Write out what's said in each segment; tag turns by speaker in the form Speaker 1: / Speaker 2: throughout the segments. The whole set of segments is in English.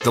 Speaker 1: The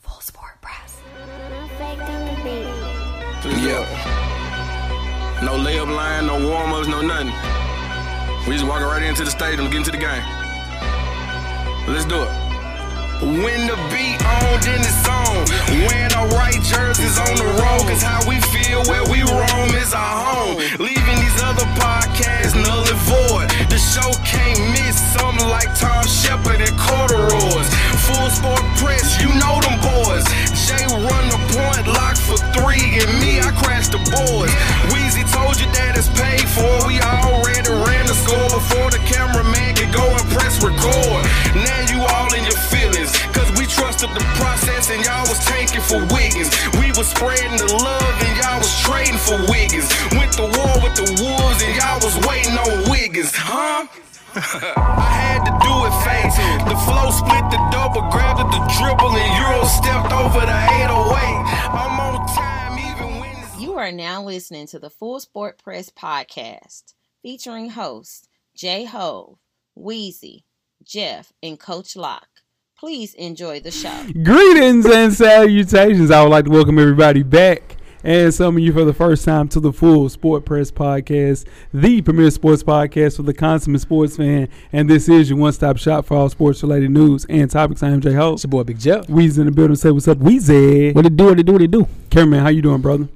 Speaker 2: Full Sport Press.
Speaker 3: Yeah. No layup line, no warm ups, no nothing. We just walking right into the stadium, get into the game. Let's do it. When the beat on, then it's on. When the right jerseys on the road, cause how we feel where we roam is our home. Leaving these other podcasts null and void. The show can't miss something like Tom Shepard and corduroys. Full sport press, you know them boys. Jay run the point, lock for three, and me, I crash the boards. Wheezy told you that it's paid for. We already ran the score before the cameraman could go and press record. Now you all in your feelings, cause we trusted the process and y'all was tanking for Wiggins. We was spreading the love and y'all was trading for Wiggins. Went to war with the wolves and y'all was waiting on Wiggins, huh? I had to do it face. The flow split the double, grabbed at the dribble, and Euro stepped over the 808. I'm on time, even when it's
Speaker 4: You are now listening to the Full Sport Press podcast featuring hosts Jay Hove, Wheezy, Jeff, and Coach Locke. Please enjoy the show.
Speaker 5: Greetings and salutations. I would like to welcome everybody back and some of you for the first time to the full Sport Press Podcast, the premier sports podcast for the consummate sports fan. And this is your one stop shop for all sports related news and topics. I am Jay Hope.
Speaker 6: It's your boy Big Jeff.
Speaker 5: Weezy in the building. Say what's up, Weezy.
Speaker 6: What it do? What it do? What it do?
Speaker 5: Cameraman, how you doing, brother?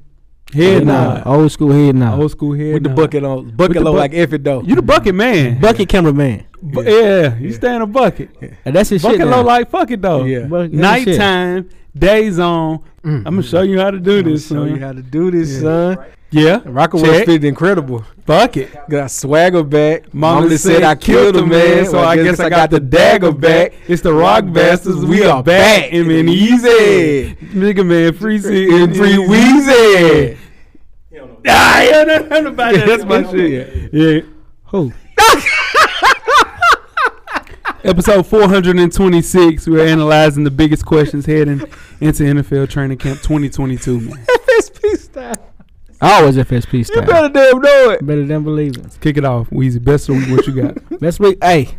Speaker 5: Head nod.
Speaker 6: Old school head nod.
Speaker 5: Old school head
Speaker 6: Oh. With the
Speaker 5: nod.
Speaker 6: bucket on. Bucket
Speaker 5: the
Speaker 6: low
Speaker 5: buck-
Speaker 6: like if it though.
Speaker 5: You the bucket man.
Speaker 6: bucket cameraman.
Speaker 5: Bu- yeah, you stay in a bucket.
Speaker 6: And that's his
Speaker 5: Bucket
Speaker 6: shit.
Speaker 5: low like fuck it though.
Speaker 6: Yeah. Mm. Bucket- that's shit.
Speaker 5: Nighttime, days on. I'm gonna show you how to do this.
Speaker 6: Show you
Speaker 5: son.
Speaker 6: how to do this, son.
Speaker 5: yeah,
Speaker 6: Rockaway
Speaker 5: Check.
Speaker 6: fit incredible.
Speaker 5: bucket.
Speaker 6: Got swagger back.
Speaker 5: Mama, said I killed a man, so I guess I got the dagger back. It's the Rock Bastards. We are back. I mean, easy. Nigga, man, free C and free Weezy. Ah, yeah, no, no, no, about that. That's my shit. Yeah.
Speaker 6: Who?
Speaker 5: Episode 426. We're analyzing the biggest questions heading into NFL training camp 2022, man.
Speaker 6: FSP style.
Speaker 7: Always FSP
Speaker 6: You
Speaker 7: style.
Speaker 6: better damn know it.
Speaker 7: Better than believe it.
Speaker 5: Kick it off, Weezy. Best of the week, what you got?
Speaker 7: Best week, hey,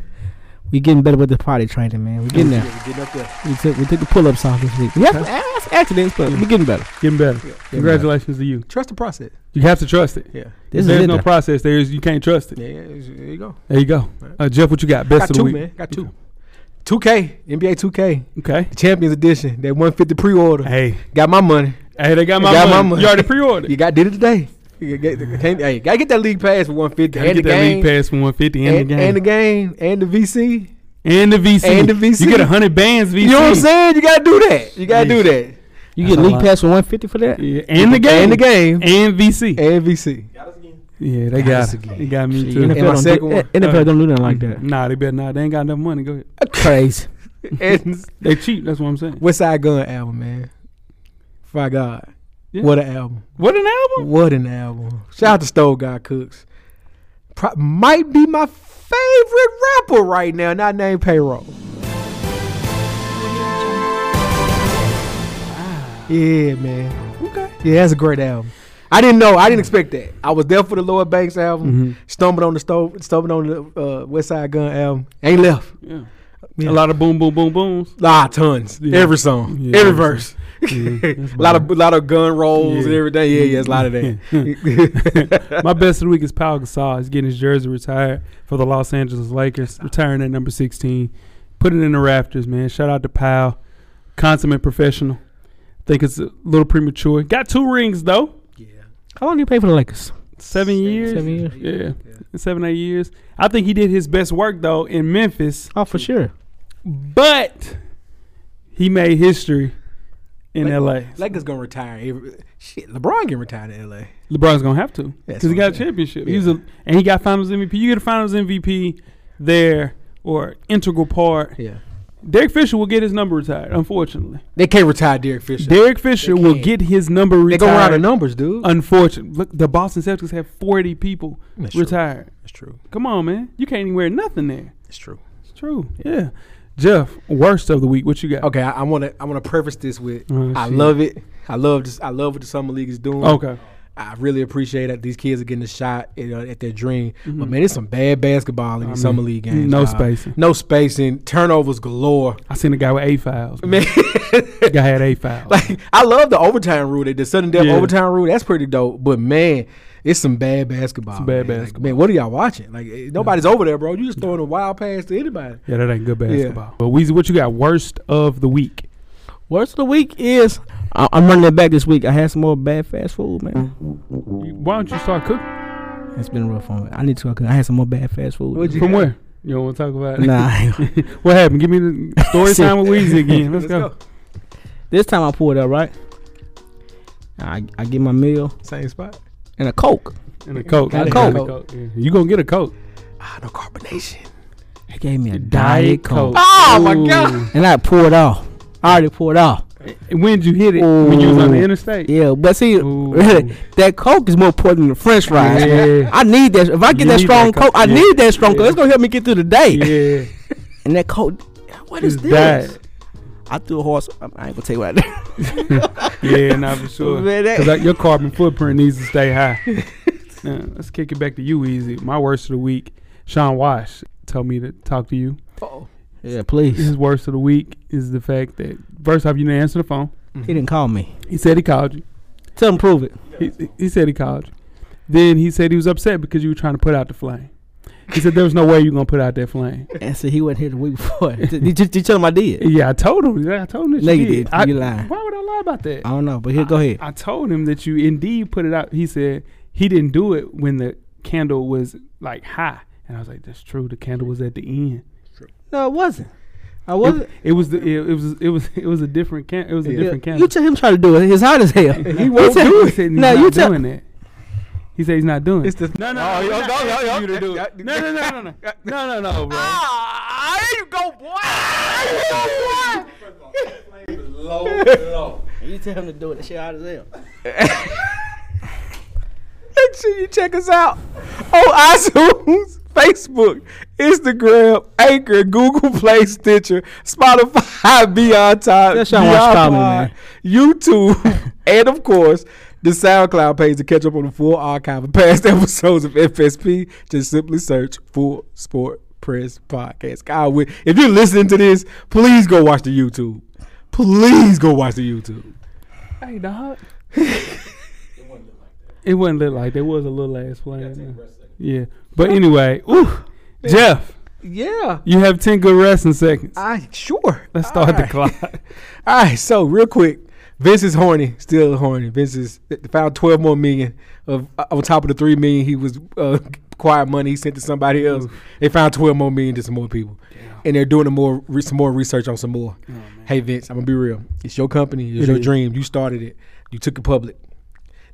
Speaker 7: we getting better with the potty training, man. We getting there.
Speaker 6: Getting up there.
Speaker 7: We took we took the pull ups off this week. Yeah, that's accidents, but we getting better.
Speaker 5: Getting better. Congratulations to you.
Speaker 6: Trust the process.
Speaker 5: You have to trust it.
Speaker 6: Yeah.
Speaker 7: This
Speaker 5: There's
Speaker 7: is
Speaker 5: no
Speaker 7: it.
Speaker 5: process. There is you can't trust it.
Speaker 6: Yeah, yeah, there you go.
Speaker 5: There you go. Uh, Jeff, what you got? Best
Speaker 6: Got
Speaker 5: of
Speaker 6: two,
Speaker 5: the week.
Speaker 6: man. Got two. 2K, NBA 2K,
Speaker 5: Okay.
Speaker 6: Champions Edition, that 150 pre-order.
Speaker 5: Hey,
Speaker 6: Got my money.
Speaker 5: hey, they got my,
Speaker 6: got my
Speaker 5: money.
Speaker 6: money.
Speaker 5: You already pre-ordered.
Speaker 6: You got did it today. You get, can't, hey, gotta get that league pass for 150
Speaker 5: Gotta
Speaker 6: and the
Speaker 5: get that
Speaker 6: game.
Speaker 5: league pass from 150 and,
Speaker 6: and,
Speaker 5: the game
Speaker 6: and the game and the VC.
Speaker 5: And the VC.
Speaker 6: and the VC.
Speaker 5: You get 100 bands VC.
Speaker 6: You know what I'm saying? You gotta do that. You gotta
Speaker 5: Yeah.
Speaker 6: do that.
Speaker 7: You
Speaker 5: That's
Speaker 7: get
Speaker 5: a
Speaker 7: league
Speaker 5: lot.
Speaker 7: pass for one fifty for that.
Speaker 5: Yeah, and the game.
Speaker 6: And the game.
Speaker 5: And VC.
Speaker 6: And VC.
Speaker 5: yeah, they
Speaker 6: Got
Speaker 5: got
Speaker 6: us
Speaker 5: it.
Speaker 6: again.
Speaker 5: They got me
Speaker 7: NFL,
Speaker 5: too. uh,
Speaker 6: my
Speaker 7: don't
Speaker 6: second
Speaker 7: do,
Speaker 6: one.
Speaker 7: NFL don't do nothing like that.
Speaker 5: Nah, they better not. They ain't got enough money. Go ahead.
Speaker 7: Crazy.
Speaker 6: and
Speaker 5: They cheap. That's what I'm saying.
Speaker 6: West Side Gun album, man. By God.
Speaker 5: Yeah.
Speaker 6: What an album.
Speaker 5: What an album!
Speaker 6: What an album. Shout out to Stove God Cooks. Pro- might be my favorite rapper right now, not named Payroll. Yeah, man.
Speaker 5: Okay.
Speaker 6: Yeah, that's a great album. I didn't know. I didn't expect that. I was there for the Lloyd Banks album.
Speaker 5: Mm-hmm.
Speaker 6: Stumbled on the stove. Stumbled on the uh, West Side Gun album. Ain't left.
Speaker 5: Yeah.
Speaker 6: Yeah.
Speaker 5: A lot of boom, boom, boom, booms.
Speaker 6: Ah, tons.
Speaker 5: Yeah.
Speaker 6: Every song.
Speaker 5: Yeah,
Speaker 6: every
Speaker 5: every
Speaker 6: verse. a lot of a lot of gun rolls and
Speaker 5: Yeah.
Speaker 6: everything. Yeah, yeah, it's a lot of that.
Speaker 5: My best of the week is Pau Gasol. He's getting his jersey retired for the Los Angeles Lakers, retiring at number 16. Put it in the rafters, man. Shout out to Pau, consummate professional. Think it's a little premature. Got two rings though,
Speaker 7: How long do you pay for the Lakers?
Speaker 5: seven years,
Speaker 7: Seven years.
Speaker 5: yeah, seven eight years. I think he did his best work though in Memphis,
Speaker 7: Oh, for sure.
Speaker 5: but he made history in L.A.
Speaker 6: Lakers gonna retire. every- Shit, LeBron can retire in LA.
Speaker 5: LeBron's gonna have to
Speaker 6: That's
Speaker 5: because he
Speaker 6: what
Speaker 5: got
Speaker 6: I'm
Speaker 5: a
Speaker 6: saying.
Speaker 5: championship. He's a and he got Finals MVP. You get a Finals MVP there or integral part.
Speaker 6: Yeah,
Speaker 5: Derek Fisher will get his number retired, unfortunately.
Speaker 6: They can't retire Derek Fisher.
Speaker 5: Derek Fisher
Speaker 6: They
Speaker 5: will
Speaker 6: can't.
Speaker 5: get his number
Speaker 6: they
Speaker 5: retired.
Speaker 6: go around the numbers, dude.
Speaker 5: Unfortunately, look, the Boston Celtics have 40 people
Speaker 6: That's true.
Speaker 5: retired.
Speaker 6: That's true.
Speaker 5: Come on, man. You can't even wear nothing there.
Speaker 6: It's true.
Speaker 5: It's true. Yeah. Jeff, worst of the week. What you got?
Speaker 6: Okay, I, I wanna I wanna preface this with
Speaker 5: Oh,
Speaker 6: I
Speaker 5: shit.
Speaker 6: love it. I love this. I love what the summer league is doing.
Speaker 5: Okay.
Speaker 6: I really appreciate that these kids are getting a shot at, uh, at their dream. But man, it's some bad basketball in these summer league games.
Speaker 5: Mm-hmm. no
Speaker 6: dog.
Speaker 5: spacing.
Speaker 6: No spacing. Turnovers galore.
Speaker 5: I seen a guy with eight fouls. Man.
Speaker 6: Man,
Speaker 5: guy had eight fouls.
Speaker 6: like I love the overtime rule. They did sudden death
Speaker 5: Yeah.
Speaker 6: overtime rule. That's pretty dope. But man, it's some bad basketball.
Speaker 5: Some bad
Speaker 6: man. Like,
Speaker 5: basketball.
Speaker 6: man, what are y'all watching? Like eh, nobody's over there, bro. You just throwing a wild pass to anybody.
Speaker 5: yeah, that ain't good basketball. But Weezy, what you got? Worst of the week.
Speaker 7: Worst of the week is I, I'm running it back this week. I had some more bad fast food, man.
Speaker 5: You- Why don't you start cooking?
Speaker 7: Mm. It's been rough on me. I need to. I had some more bad fast food.
Speaker 6: What'd you-
Speaker 5: From where? You don't want to talk about it?
Speaker 7: Nah, I ain't gonna-
Speaker 5: what happened? Give me the story
Speaker 7: Shit.
Speaker 5: time with Weezy again. Let's, go.
Speaker 7: this time I pulled up right. I I get my meal
Speaker 6: Same spot.
Speaker 7: and a coke.
Speaker 5: And a coat.
Speaker 7: Got
Speaker 5: I
Speaker 7: a
Speaker 5: got
Speaker 7: Coke.
Speaker 5: yeah. You gonna get a coat?
Speaker 6: Ah, no carbonation.
Speaker 7: They gave me a diet coke,
Speaker 6: Oh my god.
Speaker 7: and I poured off. I already poured off.
Speaker 5: And when did you hit it? When you was on the
Speaker 7: Ooh.
Speaker 5: interstate?
Speaker 7: Yeah, but see,
Speaker 5: Ooh.
Speaker 7: that Coke is more important than the French fries.
Speaker 5: Yeah.
Speaker 7: I need that. If I get
Speaker 5: You
Speaker 7: that
Speaker 5: need
Speaker 7: strong
Speaker 5: that Coke.
Speaker 7: Coke, I
Speaker 5: Yeah.
Speaker 7: need that strong Coke.
Speaker 5: Yeah.
Speaker 7: It's gonna help me get through the day.
Speaker 5: Yeah.
Speaker 7: And that Coke, what is
Speaker 5: It's
Speaker 7: this?
Speaker 5: diet.
Speaker 7: I threw a horse. I I ain't gonna tell you what I did.
Speaker 5: Yeah, not for sure.
Speaker 7: Man, that-
Speaker 5: Because your carbon footprint needs to stay high. now, let's kick it back to you, Easy. My worst of the week, Sean Wash told me to talk to you.
Speaker 7: Yeah, please.
Speaker 5: His worst of the week is the fact that first off, you didn't answer the phone.
Speaker 7: He didn't call me.
Speaker 5: He said he called you.
Speaker 7: Tell him prove it.
Speaker 5: He, he said he called you. Then he said he was upset because you were trying to put out the flame. He said there was no way you were gonna put out that flame.
Speaker 7: And so he wasn't here the week before. Did you, did you tell him I did?
Speaker 5: Yeah, I told him. Yeah, I told him that
Speaker 7: No,
Speaker 5: you
Speaker 7: you
Speaker 5: did.
Speaker 7: didn't.
Speaker 5: I,
Speaker 7: You lying.
Speaker 5: Why would I lie about that?
Speaker 7: I don't know, but here, go ahead.
Speaker 5: I told him that you indeed put it out. He said he didn't do it when the candle was like high, and I was like, "That's true. The candle was at the end.
Speaker 7: No, it wasn't. I
Speaker 5: It,
Speaker 7: wasn't.
Speaker 5: it was the it, it was it was it was a different can. It was a different
Speaker 7: Yeah,
Speaker 5: candle.
Speaker 7: You tell him try to do it. It's hot as hell.
Speaker 6: He won't
Speaker 7: tell-
Speaker 6: do
Speaker 5: He
Speaker 6: it.
Speaker 5: said he's
Speaker 7: No,
Speaker 5: not
Speaker 7: you tell-
Speaker 5: doing that. He said he's not doing
Speaker 6: It's
Speaker 5: it.
Speaker 6: the no no oh, yo, yo, yo, yo.
Speaker 5: You to do it. No, no, no, no, no, no, no, no, bro.
Speaker 6: Ah, there you go, boy.
Speaker 7: You tell him to do it. That shit hot as hell.
Speaker 6: Make sure you check us out on iTunes, Facebook, Instagram, Anchor, Google Play, Stitcher, Spotify, Beyond Time,
Speaker 7: That's y'all watch
Speaker 6: Beyond
Speaker 7: Tommy,
Speaker 6: Pod,
Speaker 7: man.
Speaker 6: YouTube, and of course, the SoundCloud page to catch up on the full archive of past episodes of FSP. Just simply search Full Sport Press Podcast. God, we- if you're listening to this, please go watch the YouTube. Please go watch the YouTube.
Speaker 5: Hey, dog. it wasn't lit like that. It was a little ass flame. Yeah, but anyway, ooh, Jeff,
Speaker 6: Yeah.
Speaker 5: you have ten good resting seconds.
Speaker 6: I sure.
Speaker 5: Let's start
Speaker 6: Uh, All
Speaker 5: the
Speaker 6: right.
Speaker 5: clock.
Speaker 6: All right, so real quick, Vince is horny, still horny. Vince is found twelve more million of uh, on top of the three million he was uh, acquired money he sent to somebody else. They found twelve more million to some more people, and they're doing a more re- some more research on some more. hey Vince, I'm gonna be real. It's your company, it's
Speaker 5: Oh, It
Speaker 6: your
Speaker 5: is.
Speaker 6: dream. You started it. You took it public.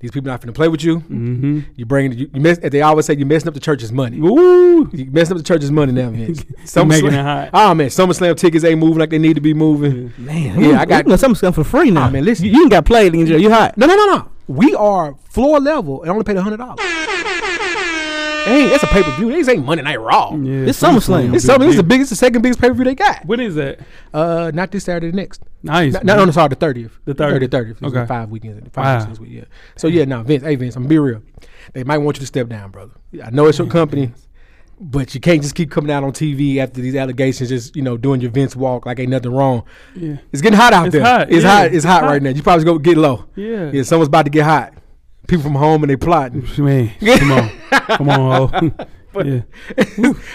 Speaker 6: These people not finna play with you.
Speaker 5: mm-hmm.
Speaker 6: You bring you, you mess. They always say you messing up the church's money.
Speaker 5: Woo!
Speaker 6: You messing up the church's money now, Vince. Summer
Speaker 5: making
Speaker 6: Slam-
Speaker 5: it hot.
Speaker 6: Oh man, SummerSlam tickets ain't moving like they need to be moving.
Speaker 7: Man,
Speaker 6: Yeah,
Speaker 7: yeah,
Speaker 6: I
Speaker 7: I
Speaker 6: got-
Speaker 7: got something stuff for free now.
Speaker 6: Nah, man, listen.
Speaker 7: you, you ain't got played in jail. You hot?
Speaker 6: No, no, no, no. We are floor level and only paid hundred dollars. Hey, that's a pay per view. These ain't Monday Night Raw.
Speaker 5: Yeah,
Speaker 7: It's
Speaker 5: SummerSlam.
Speaker 7: SummerSlam.
Speaker 6: This something. This is the biggest, the second biggest pay per view they got.
Speaker 5: When is that?
Speaker 6: Uh, not this Saturday, the next.
Speaker 5: Nice.
Speaker 6: Not, not on the sorry, the thirtieth.
Speaker 5: The 30th.
Speaker 6: thirtieth.
Speaker 5: Okay.
Speaker 6: Okay. Five weekends.
Speaker 5: Wow.
Speaker 6: Five weekends this week. Yeah. So yeah, now Vince. Hey Vince, I'm gonna be real. They might want you to step down, brother. I know it's your company, but you can't just keep coming out on TV after these allegations. Just you know, doing your Vince walk like ain't nothing wrong.
Speaker 5: Yeah.
Speaker 6: It's getting hot out
Speaker 5: It's
Speaker 6: there.
Speaker 5: hot,
Speaker 6: It's
Speaker 5: yeah.
Speaker 6: hot. It's
Speaker 5: It's
Speaker 6: hot
Speaker 5: hot.
Speaker 6: right now. You probably go get low.
Speaker 5: Yeah.
Speaker 6: Yeah. Someone's about to get hot. People from home and they plotting.
Speaker 5: Man, come on, come on, ho. yeah.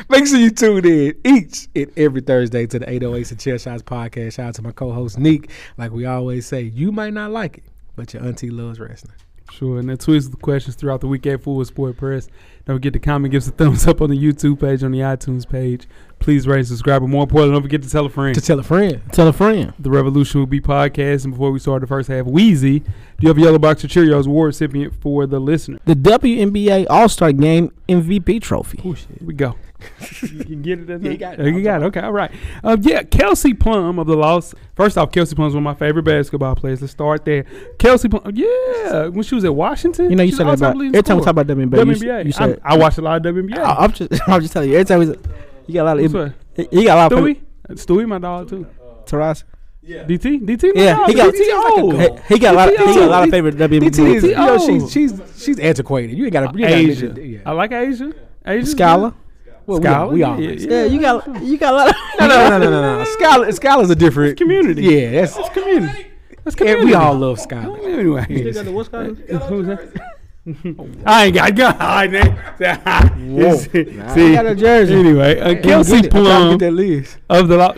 Speaker 6: Make sure you tune in each and every Thursday to the 808s and Chair Shots podcast. Shout out to my co-host Neek. Like we always say, you might not like it, but your auntie loves wrestling.
Speaker 5: Sure, and that tweets the questions throughout the week at Full Sport Press. Don't forget to comment, give us a thumbs up on the YouTube page, on the iTunes page. Please rate and subscribe. But more importantly, don't forget to tell a friend.
Speaker 6: to tell a friend.
Speaker 7: Tell a friend.
Speaker 5: the Revolution Will Be podcast. And before we start the first half, Wheezy, do you have a yellow box of Cheerios award recipient for the listener?
Speaker 7: The WNBA All Star Game MVP trophy.
Speaker 5: Here we go. you can get it.
Speaker 6: Yeah, you got it.
Speaker 5: You got it. Okay. All right. Um, yeah, Kelsey Plum of the Los. First off, Kelsey Plum's one of my favorite basketball players. Let's start there. Kelsey Plum. Yeah, when she was at Washington.
Speaker 7: You know, you
Speaker 5: she was
Speaker 7: said
Speaker 5: all-time
Speaker 7: that about
Speaker 5: leading
Speaker 7: every time we
Speaker 5: scorer.
Speaker 7: talk about WNBA. you s-
Speaker 5: WNBA.
Speaker 7: you said
Speaker 5: I, I watched a lot of WNBA.
Speaker 7: I, am just, I'm just telling you. Every time we, you got a lot of,
Speaker 5: Which one?
Speaker 7: you got a lot
Speaker 5: Stewie.
Speaker 7: of
Speaker 5: Stewie, my dog too.
Speaker 7: Taras.
Speaker 5: DT, DT, my
Speaker 7: Yeah,
Speaker 5: dog.
Speaker 7: he got,
Speaker 5: DT old.
Speaker 7: he, he got a lot, he got a lot of favorite
Speaker 6: DT is, you
Speaker 7: WNBA.
Speaker 6: know,
Speaker 5: Oh.
Speaker 6: she's she's she's antiquated. You ain't got to
Speaker 5: Asia. I
Speaker 6: Yeah.
Speaker 5: like Asia. Asia.
Speaker 7: Scholar.
Speaker 6: Well, we-
Speaker 5: Scholar.
Speaker 6: We,
Speaker 5: yeah,
Speaker 6: all.
Speaker 5: yeah,
Speaker 7: Yeah, you got, you got a lot. Of
Speaker 6: No, no, no, no, no, no. Scholar, scholars are different.
Speaker 5: community.
Speaker 6: Yeah, that's
Speaker 5: It's community. That's
Speaker 6: and
Speaker 5: community.
Speaker 6: we all love scholars.
Speaker 5: Anyway, I ain't got God. I
Speaker 6: Whoa.
Speaker 5: ain't.
Speaker 6: Nah,
Speaker 5: See,
Speaker 6: I got a jersey.
Speaker 5: Anyway, uh,
Speaker 6: I'm
Speaker 5: Kelsey
Speaker 6: trying to
Speaker 5: Plum
Speaker 6: Get that list.
Speaker 5: of the Lo-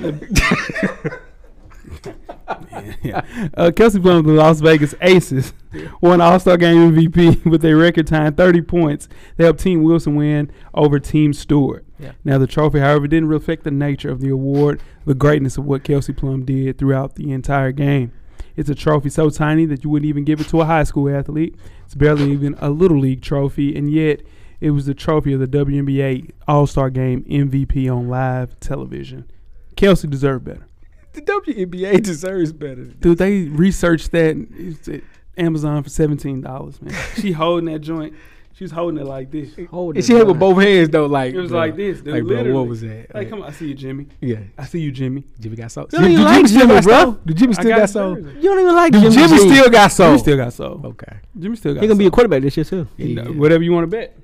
Speaker 5: uh, Kelsey Plum of the Las Vegas Aces won All Star Game MVP with a record time 30 points. They helped Team Wilson win over Team Stewart. Now the trophy, however, didn't reflect the nature of the award, the greatness of what Kelsey Plum did throughout the entire game. It's a trophy so tiny that you wouldn't even give it to a high school athlete. It's barely even a little league trophy, and yet it was the trophy of the WNBA All Star Game MVP on live television. Kelsey deserved better.
Speaker 6: The WNBA deserves better.
Speaker 5: Dude, they researched that it's at Amazon for seventeen dollars, man. she holding that joint. She was holding it like this. It
Speaker 6: And she had with both hands though, like
Speaker 5: was
Speaker 6: bro.
Speaker 5: like this, dude.
Speaker 6: Like, bro,
Speaker 5: literally.
Speaker 6: what was that?
Speaker 5: Like, come on, I see you, Jimmy.
Speaker 6: Yeah,
Speaker 5: I see you, Jimmy.
Speaker 6: Jimmy got sold.
Speaker 7: Really like Jimmy,
Speaker 6: got
Speaker 7: bro.
Speaker 6: sold? Did Jimmy
Speaker 5: I
Speaker 6: still got
Speaker 5: his
Speaker 6: sold?
Speaker 5: jersey.
Speaker 7: You don't even like
Speaker 6: Did
Speaker 7: Jimmy.
Speaker 6: Jimmy
Speaker 7: G.
Speaker 6: still got sold?
Speaker 5: Jimmy still got sold.
Speaker 6: okay.
Speaker 5: Jimmy still got
Speaker 7: He gonna be a
Speaker 5: sold.
Speaker 7: quarterback this year too.
Speaker 5: No, whatever you want to bet.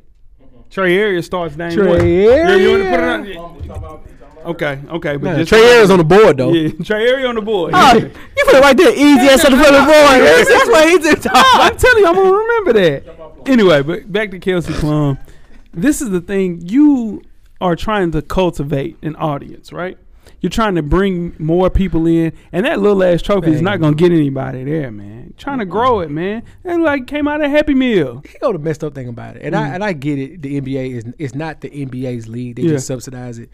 Speaker 5: Trey Arias starts Dame.
Speaker 6: Trey
Speaker 5: Boyd. Yeah, you want
Speaker 6: Arias.
Speaker 5: to put it on? Okay, okay, but
Speaker 6: Nah,
Speaker 5: just
Speaker 6: Trey Ayers on the board though.
Speaker 5: Yeah, Trey Arias on the board.
Speaker 7: Oh, you put it right there, easy as the flip of board. That's what he did.
Speaker 5: I'm telling you, I'm gonna remember that. Anyway, but back to Kelsey Plum. This is the thing you are trying to cultivate an audience, right? You're trying to bring more people in, and that little ass trophy is
Speaker 6: Dang.
Speaker 5: not gonna get anybody there, man. Trying to grow it, man. And like came out of Happy Meal.
Speaker 6: You know the messed up thing about it, and I and I get it. The NBA is it's not the NBA's league; they
Speaker 5: Yeah.
Speaker 6: just subsidize it.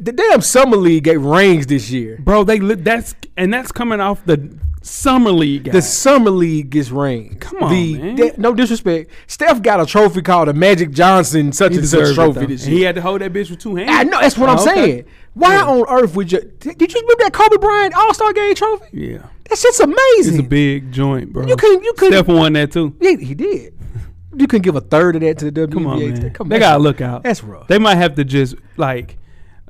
Speaker 6: The damn summer league gave rings this year.
Speaker 5: Bro, they li- that's and that's coming off the summer league.
Speaker 6: The
Speaker 5: guys.
Speaker 6: summer league gets rings.
Speaker 5: Come on,
Speaker 6: the,
Speaker 5: man.
Speaker 6: that- no disrespect. Steph got a trophy called the Magic Johnson such
Speaker 5: He
Speaker 6: and such
Speaker 5: deserved
Speaker 6: trophy
Speaker 5: it, though.
Speaker 6: this
Speaker 5: And he
Speaker 6: year.
Speaker 5: had to hold that bitch with two hands.
Speaker 6: I know that's what I'm
Speaker 5: Oh, okay.
Speaker 6: saying. Why on earth would you? Did you remember that Kobe Bryant All Star Game trophy?
Speaker 5: Yeah,
Speaker 6: That
Speaker 5: it's
Speaker 6: shit's amazing.
Speaker 5: a big joint, bro.
Speaker 6: You couldn't- you couldn't-
Speaker 5: Steph won that too.
Speaker 6: Yeah, he did. You couldn't give a third of that to the WNBA.
Speaker 5: Come on, man.
Speaker 6: team. Come
Speaker 5: they
Speaker 6: on.
Speaker 5: gotta look out.
Speaker 6: That's rough.
Speaker 5: They might have to just like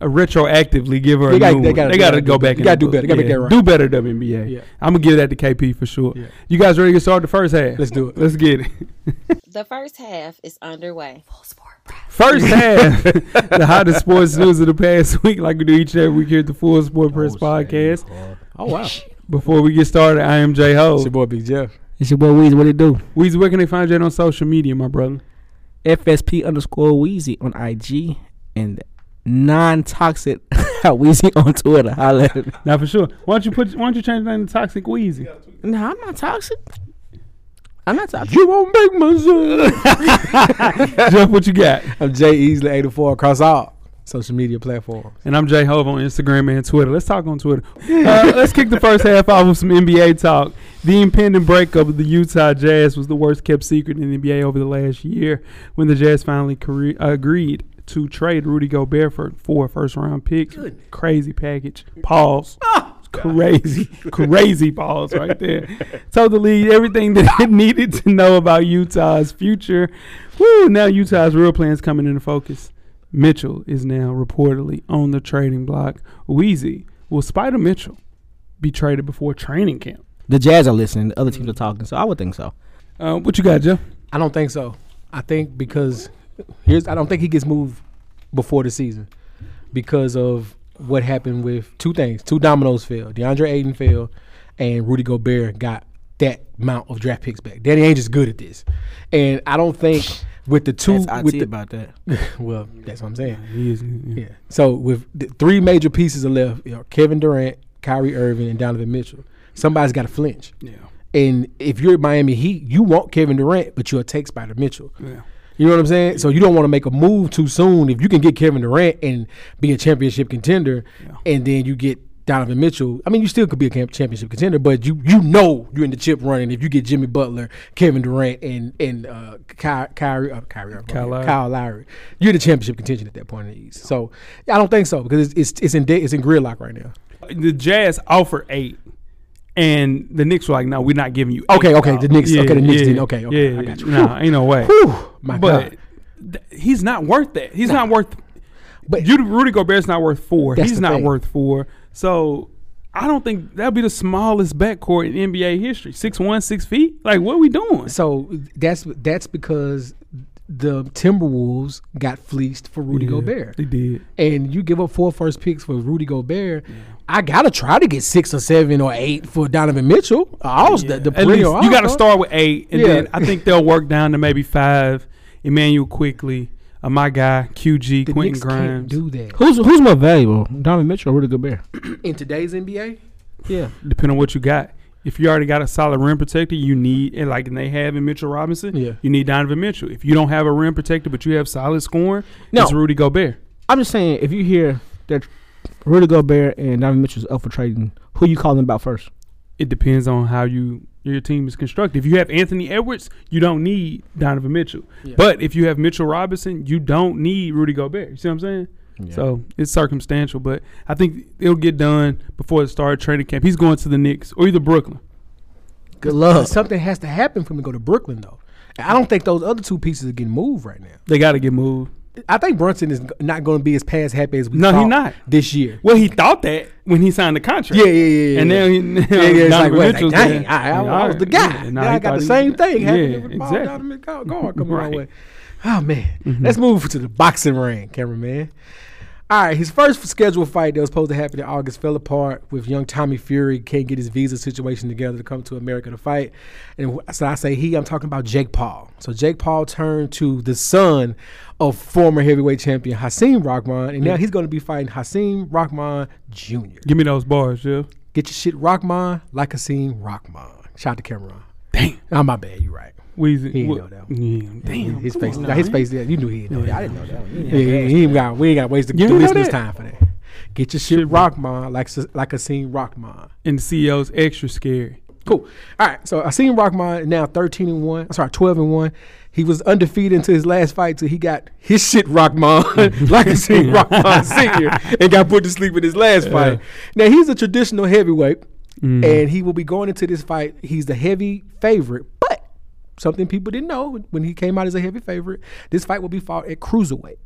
Speaker 5: uh, retroactively give her
Speaker 6: They
Speaker 5: a
Speaker 6: gotta-
Speaker 5: new
Speaker 6: they
Speaker 5: one.
Speaker 6: gotta-
Speaker 5: they
Speaker 6: they
Speaker 5: gotta
Speaker 6: gotta
Speaker 5: go
Speaker 6: do-
Speaker 5: back.
Speaker 6: you
Speaker 5: and
Speaker 6: gotta do better. You gotta make that right.
Speaker 5: Do better, WNBA.
Speaker 6: Yeah.
Speaker 5: I'm gonna give that to KP for sure.
Speaker 6: Yeah.
Speaker 5: You guys ready to start the first half?
Speaker 6: Let's do it.
Speaker 5: Let's get it.
Speaker 4: The first half is underway.
Speaker 2: Full Sport Press.
Speaker 5: First half, the hottest sports news of the past week, like we do each and every week here at the Full Sport Press Podcast.
Speaker 6: Oh wow,
Speaker 5: Before we get started, I am J Ho.
Speaker 6: it's your boy Big Jeff.
Speaker 7: It's your boy Weezy. What it do?
Speaker 5: Weezy, where can they find you at on social media, my brother?
Speaker 7: FSP underscore Weezy on IG and non toxic Weezy on Twitter. Holla at me.
Speaker 5: Now for sure. Why don't you put? Why don't you change that name to Toxic Weezy?
Speaker 7: Nah, I'm not toxic. I'm not toxic.
Speaker 6: You won't make my
Speaker 5: Jeff, what you got?
Speaker 6: I'm Jay Easley, 84 across all social media platforms.
Speaker 5: And I'm Jay Hove on Instagram and Twitter. Let's talk on Twitter. Uh, let's kick the first half off with some NBA talk. The impending breakup of the Utah Jazz was the worst kept secret in the NBA over the last year when the Jazz finally cre- agreed to trade Rudy Gobert for four first round picks. Crazy package. Pause. Crazy, crazy pause right there. Told the league everything that it needed to know about Utah's future. Woo! Now Utah's real plans coming into focus. Mitchell is now reportedly on the trading block. Wheezy, will Spider Mitchell be traded before training camp?
Speaker 7: The Jazz are listening. The other teams are talking, so I would think so.
Speaker 5: Uh, what you got, Jeff?
Speaker 6: I don't think so. I think because here's I don't think he gets moved before the season because of what happened with two things. Two dominoes fell. DeAndre Ayton fell and Rudy Gobert got that amount of draft picks back. Danny Ainge is good at this. And I don't think with the two
Speaker 7: That's
Speaker 6: with
Speaker 7: IT
Speaker 6: the,
Speaker 7: about that.
Speaker 6: well, that's what I'm saying.
Speaker 5: He is. Yeah.
Speaker 6: Yeah. So with the three major pieces are left, you know, Kevin Durant, Kyrie Irving, and Donovan Mitchell. Somebody's got to flinch.
Speaker 5: Yeah.
Speaker 6: And if you're Miami Heat, you want Kevin Durant, but you'll take Spider Mitchell.
Speaker 5: Yeah.
Speaker 6: You know what I'm saying? So you don't want to make a move too soon. If you can get Kevin Durant and be a championship contender, and then you get Donovan Mitchell, I mean, you still could be a camp championship contender, but you you know you're in the chip running if you get Jimmy Butler, Kevin Durant, and and uh, Ky- Kyrie, uh, Kyrie Irving,
Speaker 5: Kyle Lowry.
Speaker 6: Kyle Lowry, you're the championship contention at that point in the East. So I don't think so because it's it's, it's in de- it's in gridlock right now.
Speaker 5: The Jazz offer eight, and the Knicks were like, "No, we're not giving you." eight
Speaker 6: Okay, okay, the
Speaker 5: dollars."
Speaker 6: Knicks- okay, the Knicks didn't- okay, okay,
Speaker 5: yeah,
Speaker 6: I got you.
Speaker 5: Nah, ain't no way.
Speaker 6: Whew, my
Speaker 5: but
Speaker 6: God.
Speaker 5: th- he's not worth that. He's not worth.
Speaker 6: But-
Speaker 5: But you, Rudy Gobert's not worth four.
Speaker 6: That's
Speaker 5: He's
Speaker 6: the
Speaker 5: not
Speaker 6: thing.
Speaker 5: worth four. So I don't think that'll be the smallest backcourt in NBA history. Six one, six feet. Like what we doing?
Speaker 6: So that's that's because the Timberwolves got fleeced for Rudy
Speaker 5: Yeah,
Speaker 6: Gobert.
Speaker 5: They did.
Speaker 6: and you give up four first picks for Rudy Gobert, I gotta try to get six or seven or eight for Donovan Mitchell. I was the, the
Speaker 5: At least
Speaker 6: perennial
Speaker 5: you got to
Speaker 6: all-star.
Speaker 5: start with eight, and
Speaker 6: Yeah.
Speaker 5: then I think they'll work down to maybe five. Emmanuel quickly, uh, my guy QG,
Speaker 6: The
Speaker 5: Quentin
Speaker 6: Knicks
Speaker 5: Grimes.
Speaker 6: can't do that
Speaker 7: Who's who's more valuable, Donovan Mitchell or Rudy Gobert?
Speaker 6: in today's NBA.
Speaker 7: Yeah,
Speaker 5: depending on what you got. If you already got a solid rim protector, you need and like they have in Mitchell Robinson,
Speaker 6: Yeah.
Speaker 5: you need Donovan Mitchell. If you don't have a rim protector but you have solid scoring,
Speaker 7: No.
Speaker 5: it's Rudy Gobert.
Speaker 7: I'm just saying if you hear that Rudy Gobert and Donovan Mitchell's up for trading, who you calling about first?
Speaker 5: It depends on how you your team is constructed. If you have Anthony Edwards, you don't need Donovan Mitchell. But if you have Mitchell Robinson, you don't need Rudy Gobert. You see what I'm saying? So it's circumstantial, but I think it'll get done before the start of training camp. He's going to the Knicks or either Brooklyn.
Speaker 7: Good luck.
Speaker 6: Something has to happen for him to go to Brooklyn though. And I don't think those other two pieces are getting moved right now.
Speaker 5: They got to get moved.
Speaker 6: I think Brunson is not going to be as pass happy as we
Speaker 5: No, he
Speaker 6: thought
Speaker 5: not.
Speaker 6: this year.
Speaker 5: Well, he thought that when he signed the contract.
Speaker 6: Yeah, yeah, yeah, yeah,
Speaker 5: And
Speaker 6: yeah.
Speaker 5: now, he, now
Speaker 6: yeah, it's like,
Speaker 5: Donovan
Speaker 6: well,
Speaker 5: Mitchell's
Speaker 6: like,
Speaker 5: there.
Speaker 6: dang, I, I, I was the
Speaker 5: Yeah,
Speaker 6: guy.
Speaker 5: yeah,
Speaker 6: now
Speaker 5: he
Speaker 6: I got
Speaker 5: thought
Speaker 6: the
Speaker 5: he-
Speaker 6: same thing happening
Speaker 5: yeah,
Speaker 6: with the ball
Speaker 5: exactly.
Speaker 6: down the guard coming
Speaker 5: Right. Mm-hmm.
Speaker 6: my way. Oh man, let's move to the boxing ring, cameraman. All right, his first scheduled fight that was supposed to happen in August fell apart with young Tommy Fury can't get his visa situation together to come to America to fight. And wh- so I say he, I'm talking about Jake Paul. So Jake Paul turned to the son of former heavyweight champion Hasim Rahman, and now
Speaker 5: Mm.
Speaker 6: he's going to be fighting Hasim Rahman Jr.
Speaker 5: Give me those bars, yeah.
Speaker 6: Get your shit Rockman like a scene Rockman. Shout out to Cameron.
Speaker 5: Damn.
Speaker 6: Oh my bad, you right.
Speaker 5: Weezy.
Speaker 6: He ain't
Speaker 5: what-
Speaker 6: know that
Speaker 5: Yeah, damn.
Speaker 6: his face, nah, his face. Yeah, you knew he. Didn't know that. I didn't know that. Yeah, he, he ain't got. We ain't got waste the, the
Speaker 5: didn't know
Speaker 6: listeners'
Speaker 5: that?
Speaker 6: time for that. Get your shit Rockman like s- like a scene Rockman.
Speaker 5: And the CEO's extra scary.
Speaker 6: Cool. All right. So I seen Rockman now thirteen and one. I'm sorry, twelve and one. He was undefeated until his last fight till he got his shit Rockman like a seen Rockman senior and got put to sleep in his last fight. Now he's a traditional heavyweight,
Speaker 5: Mm-hmm.
Speaker 6: and he will be going into this fight. He's the heavy favorite, but something people didn't know when he came out as a heavy favorite, this fight will be fought at cruiserweight.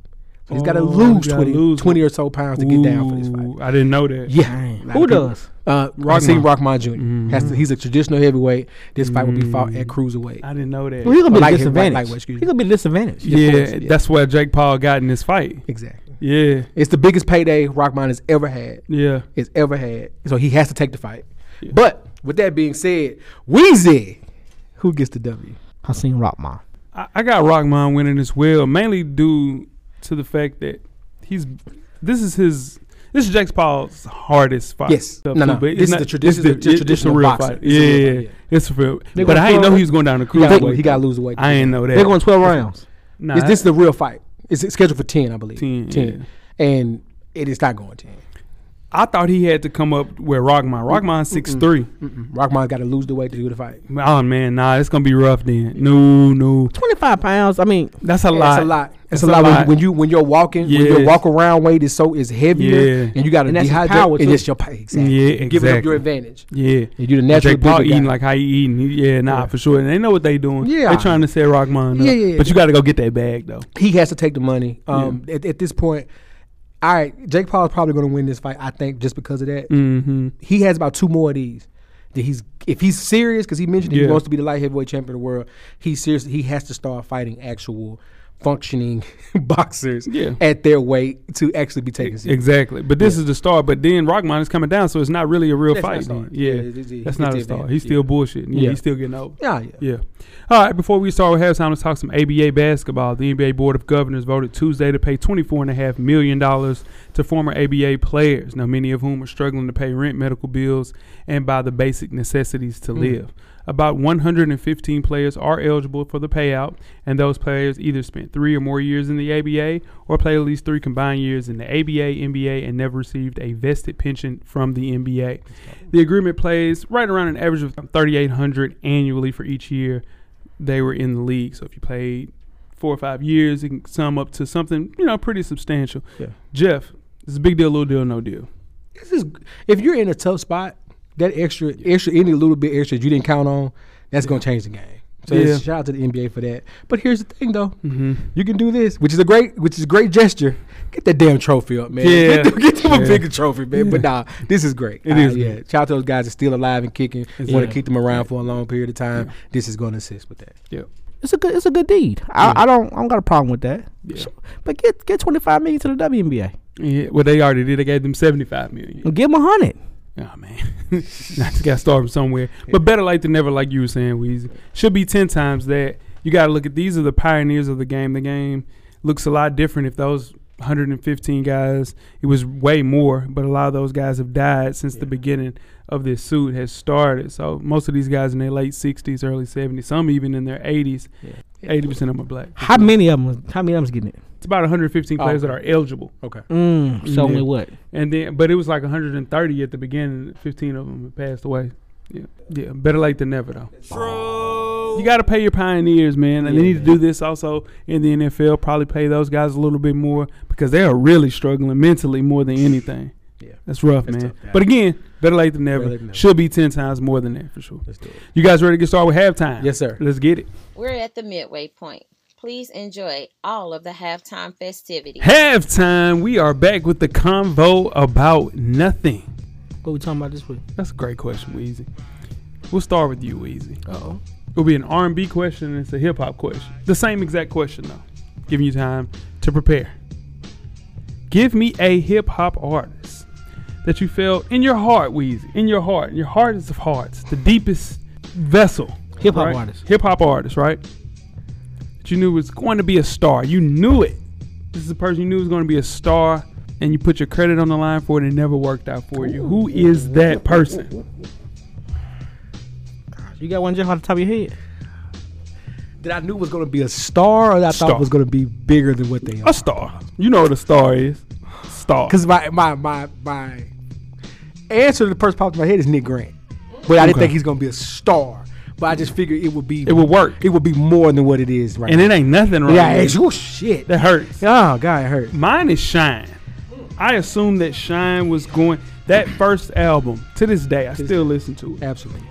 Speaker 6: So he's got to
Speaker 5: Oh,
Speaker 6: lose
Speaker 5: you gotta
Speaker 6: 20,
Speaker 5: lose.
Speaker 6: 20 or so pounds to get down for this fight.
Speaker 5: Ooh, I didn't know that.
Speaker 6: Yeah.
Speaker 7: Dang.
Speaker 6: A lot
Speaker 7: Who
Speaker 6: of people-
Speaker 7: does?
Speaker 6: Uh, Hakeem Rockman junior Has to, he's a traditional heavyweight. This fight will be fought at cruiserweight.
Speaker 5: I didn't know that.
Speaker 7: Well, he's gonna be
Speaker 6: Or light-
Speaker 7: the disadvantage.
Speaker 6: light- lightweight, excuse me.
Speaker 7: he's gonna be the disadvantage.
Speaker 5: yeah,
Speaker 6: course, yeah.
Speaker 5: that's where Jake Paul got in this fight.
Speaker 6: Exactly.
Speaker 5: Yeah,
Speaker 6: It's the biggest payday Rockman has ever had.
Speaker 5: yeah.
Speaker 6: It's ever had. So he has to take the fight. But with that being said, Wheezy, who gets the W?
Speaker 7: Hasim Rockman.
Speaker 5: I, I got Rockman winning as well, mainly due to the fact that he's. This is his. This is Jake Paul's hardest fight.
Speaker 6: Yes.
Speaker 5: The
Speaker 6: No, no.
Speaker 5: Fubu- it's
Speaker 6: This is the tradi- this is the
Speaker 5: it- it's a
Speaker 6: traditional
Speaker 5: real
Speaker 6: boxing.
Speaker 5: fight.
Speaker 6: It's
Speaker 5: Yeah,
Speaker 6: a real
Speaker 5: yeah,
Speaker 6: fight,
Speaker 5: yeah.
Speaker 6: yeah.
Speaker 5: It's a real.
Speaker 7: They
Speaker 5: But
Speaker 7: gonna
Speaker 5: I didn't
Speaker 7: throw
Speaker 5: know
Speaker 7: it-
Speaker 5: he was going down the
Speaker 6: He got
Speaker 5: cruiserweight.
Speaker 6: he got to lose weight.
Speaker 5: I ain't know that.
Speaker 7: They're going 12 rounds.
Speaker 5: Nah,
Speaker 6: This, this is the real fight. It's it's scheduled for ten, I believe.
Speaker 5: 10,
Speaker 6: and it is not going ten.
Speaker 5: I thought he had to come up with Rockman. Rockman's six three.
Speaker 6: Rockman got to lose the weight to do the fight.
Speaker 5: Oh man, nah, it's gonna be rough then. No, no,
Speaker 7: 25 pounds. I mean,
Speaker 5: that's a
Speaker 6: It's
Speaker 5: lot.
Speaker 6: a lot. It's a lot, When, you, when you when you're walking, when your
Speaker 5: Yes.
Speaker 6: walk around weight is so is heavier,
Speaker 5: Yeah.
Speaker 6: and you got to
Speaker 7: And that's his
Speaker 6: dehydrate.
Speaker 7: power,
Speaker 6: and
Speaker 7: too.
Speaker 6: it's your power. Exactly.
Speaker 5: Yeah,
Speaker 6: You're Giving up
Speaker 5: exactly.
Speaker 6: your advantage.
Speaker 5: Yeah,
Speaker 6: And you the natural
Speaker 5: Jake Paul
Speaker 6: bigger guy.
Speaker 5: eating like how he eating. He- Yeah, nah, for sure. And they know what they doing.
Speaker 6: Yeah.
Speaker 5: they trying to set Rockman. Up.
Speaker 6: Yeah, yeah, yeah.
Speaker 5: But you got to go get that bag though.
Speaker 6: He has to take the money. Um, at, at this point, all right, Jake Paul is probably going to win this fight. I think just because of that,
Speaker 5: Mm-hmm.
Speaker 6: he has about two more of these. That he's if he's serious because he mentioned he
Speaker 5: Yeah.
Speaker 6: wants to be the light heavyweight champion of the world. He's serious. He has to start fighting actual functioning boxers
Speaker 5: Yeah. E,
Speaker 6: at their weight to actually be taken serious.
Speaker 5: Exactly. But this is the star. But then Rockman is coming down, so it's not really a real
Speaker 6: That's not
Speaker 5: fight.
Speaker 6: a star.
Speaker 5: then. Yeah,
Speaker 6: Yeah, it- it- it-
Speaker 5: that's not
Speaker 6: it's
Speaker 5: a
Speaker 6: the
Speaker 5: star.
Speaker 6: advantage.
Speaker 5: He's still bullshitting. Yeah,
Speaker 6: Yeah.
Speaker 5: he's still getting over.
Speaker 6: Yeah, yeah.
Speaker 5: Yeah. All right, before we start, we have time to talk some ABA basketball. The NBA Board of Governors voted Tuesday to pay $24.5 million to former ABA players, now many of whom are struggling to pay rent, medical bills, and buy the basic necessities to live. About 115 players are eligible for the payout, and those players either spent three or more years in the ABA or played at least three combined years in the ABA, NBA, and never received a vested pension from the NBA. The agreement plays right around an average of 3,800 annually for each year they were in the league. So if you played four or five years, it can sum up to something you know pretty substantial.
Speaker 6: Yeah.
Speaker 5: Jeff, this is a big deal, little deal, no deal.
Speaker 6: This is if you're in a tough spot, that extra, extra, any little bit extra that you didn't count on, that's gonna change the game. So
Speaker 5: Yeah. Mm-hmm.
Speaker 6: it's- shout out to the NBA for that. But here's the thing, though, you can do this, which is a great, which is a great gesture. Get that damn trophy up, man.
Speaker 5: Yeah.
Speaker 6: Get them, get them
Speaker 5: Yeah.
Speaker 6: a bigger trophy, man. But nah, this is great.
Speaker 5: It
Speaker 6: It is.
Speaker 5: is
Speaker 6: Yeah,
Speaker 5: great.
Speaker 6: shout out to those guys that's still alive and kicking.
Speaker 5: Yeah.
Speaker 6: Want to keep them around for a long period of time. This is going to assist with that.
Speaker 5: Yeah.
Speaker 7: It's a good it's a good deed. I, I don't I don't got a problem with that.
Speaker 5: Yeah.
Speaker 7: Sh- But get get 25 million to the WNBA.
Speaker 5: Yeah, well, they already did. They gave them seventy-five million.
Speaker 7: And give them 100.
Speaker 5: Oh man, I just got to start from somewhere. But better late than never, like you were saying, Weezy. Should be ten times that. You got to look at these are the pioneers of the game. The game looks a lot different if those 115 guys. It was way more, but a lot of those guys have died since the beginning of this suit has started. So most of these guys in their late 60s, early 70s, some even in their 80s. 80% of them are black.
Speaker 7: How many of them how many of them's getting it?
Speaker 5: It's about 115
Speaker 6: Oh,
Speaker 5: players
Speaker 6: okay.
Speaker 5: that are eligible.
Speaker 6: Okay.
Speaker 7: Mm, so
Speaker 5: Yeah.
Speaker 7: only what?
Speaker 5: And then, but it was like 130 at the beginning. 15 of them passed away. Yeah, yeah. Better late than never, though. You got to pay your pioneers, man, and they need to do this also in the NFL. Probably pay those guys a little bit more because they are really struggling mentally more than anything.
Speaker 6: Yeah.
Speaker 5: That's rough,
Speaker 6: That's
Speaker 5: man.
Speaker 6: tough, yeah.
Speaker 5: But again, better late than never.
Speaker 6: Better late than never.
Speaker 5: Should be ten times more than that for sure.
Speaker 6: Let's do it.
Speaker 5: You guys ready to get started with halftime?
Speaker 6: Yes, sir.
Speaker 5: Let's get it.
Speaker 4: We're at the midway point. Please enjoy all of the halftime festivities.
Speaker 5: Halftime. We are back with the convo about nothing.
Speaker 7: What we talking about this week?
Speaker 5: That's a great question, Weezy. We'll start with you, Weezy.
Speaker 7: Uh-oh.
Speaker 5: It'll be an R&B question and it's a hip hop question. The same exact question though. Giving you time to prepare. Give me a hip hop artist that you felt in your heart, Weezy, in your heart, in your hardest of hearts, the deepest vessel.
Speaker 7: Hip hop artist.
Speaker 5: Hip hop artist, right? That you knew was going to be a star. You knew it. This is a person you knew was going to be a star, and you put your credit on the line for it, and it never worked out for you. Who is that person?
Speaker 7: You got one just off the top of your head.
Speaker 6: That I knew was going to be a star, or that I
Speaker 5: Star.
Speaker 6: thought was going to be bigger than what they are.
Speaker 5: A star. You know what a star is. Star.
Speaker 6: Because my, my my my answer to the first popped in my head is Nick Grant, but I didn't think he's gonna be a star. But I just figured it would be
Speaker 5: It would work.
Speaker 6: It would be more than what it is right
Speaker 5: and
Speaker 6: now.
Speaker 5: it ain't nothing wrong.
Speaker 6: yeah,
Speaker 5: with
Speaker 6: it's-
Speaker 5: it.
Speaker 6: oh shit.
Speaker 5: that hurts.
Speaker 6: Oh god, it hurt.
Speaker 5: Mine is Shine. I assume that Shine was going that first album. To this day, I still listen to it.
Speaker 6: Absolutely.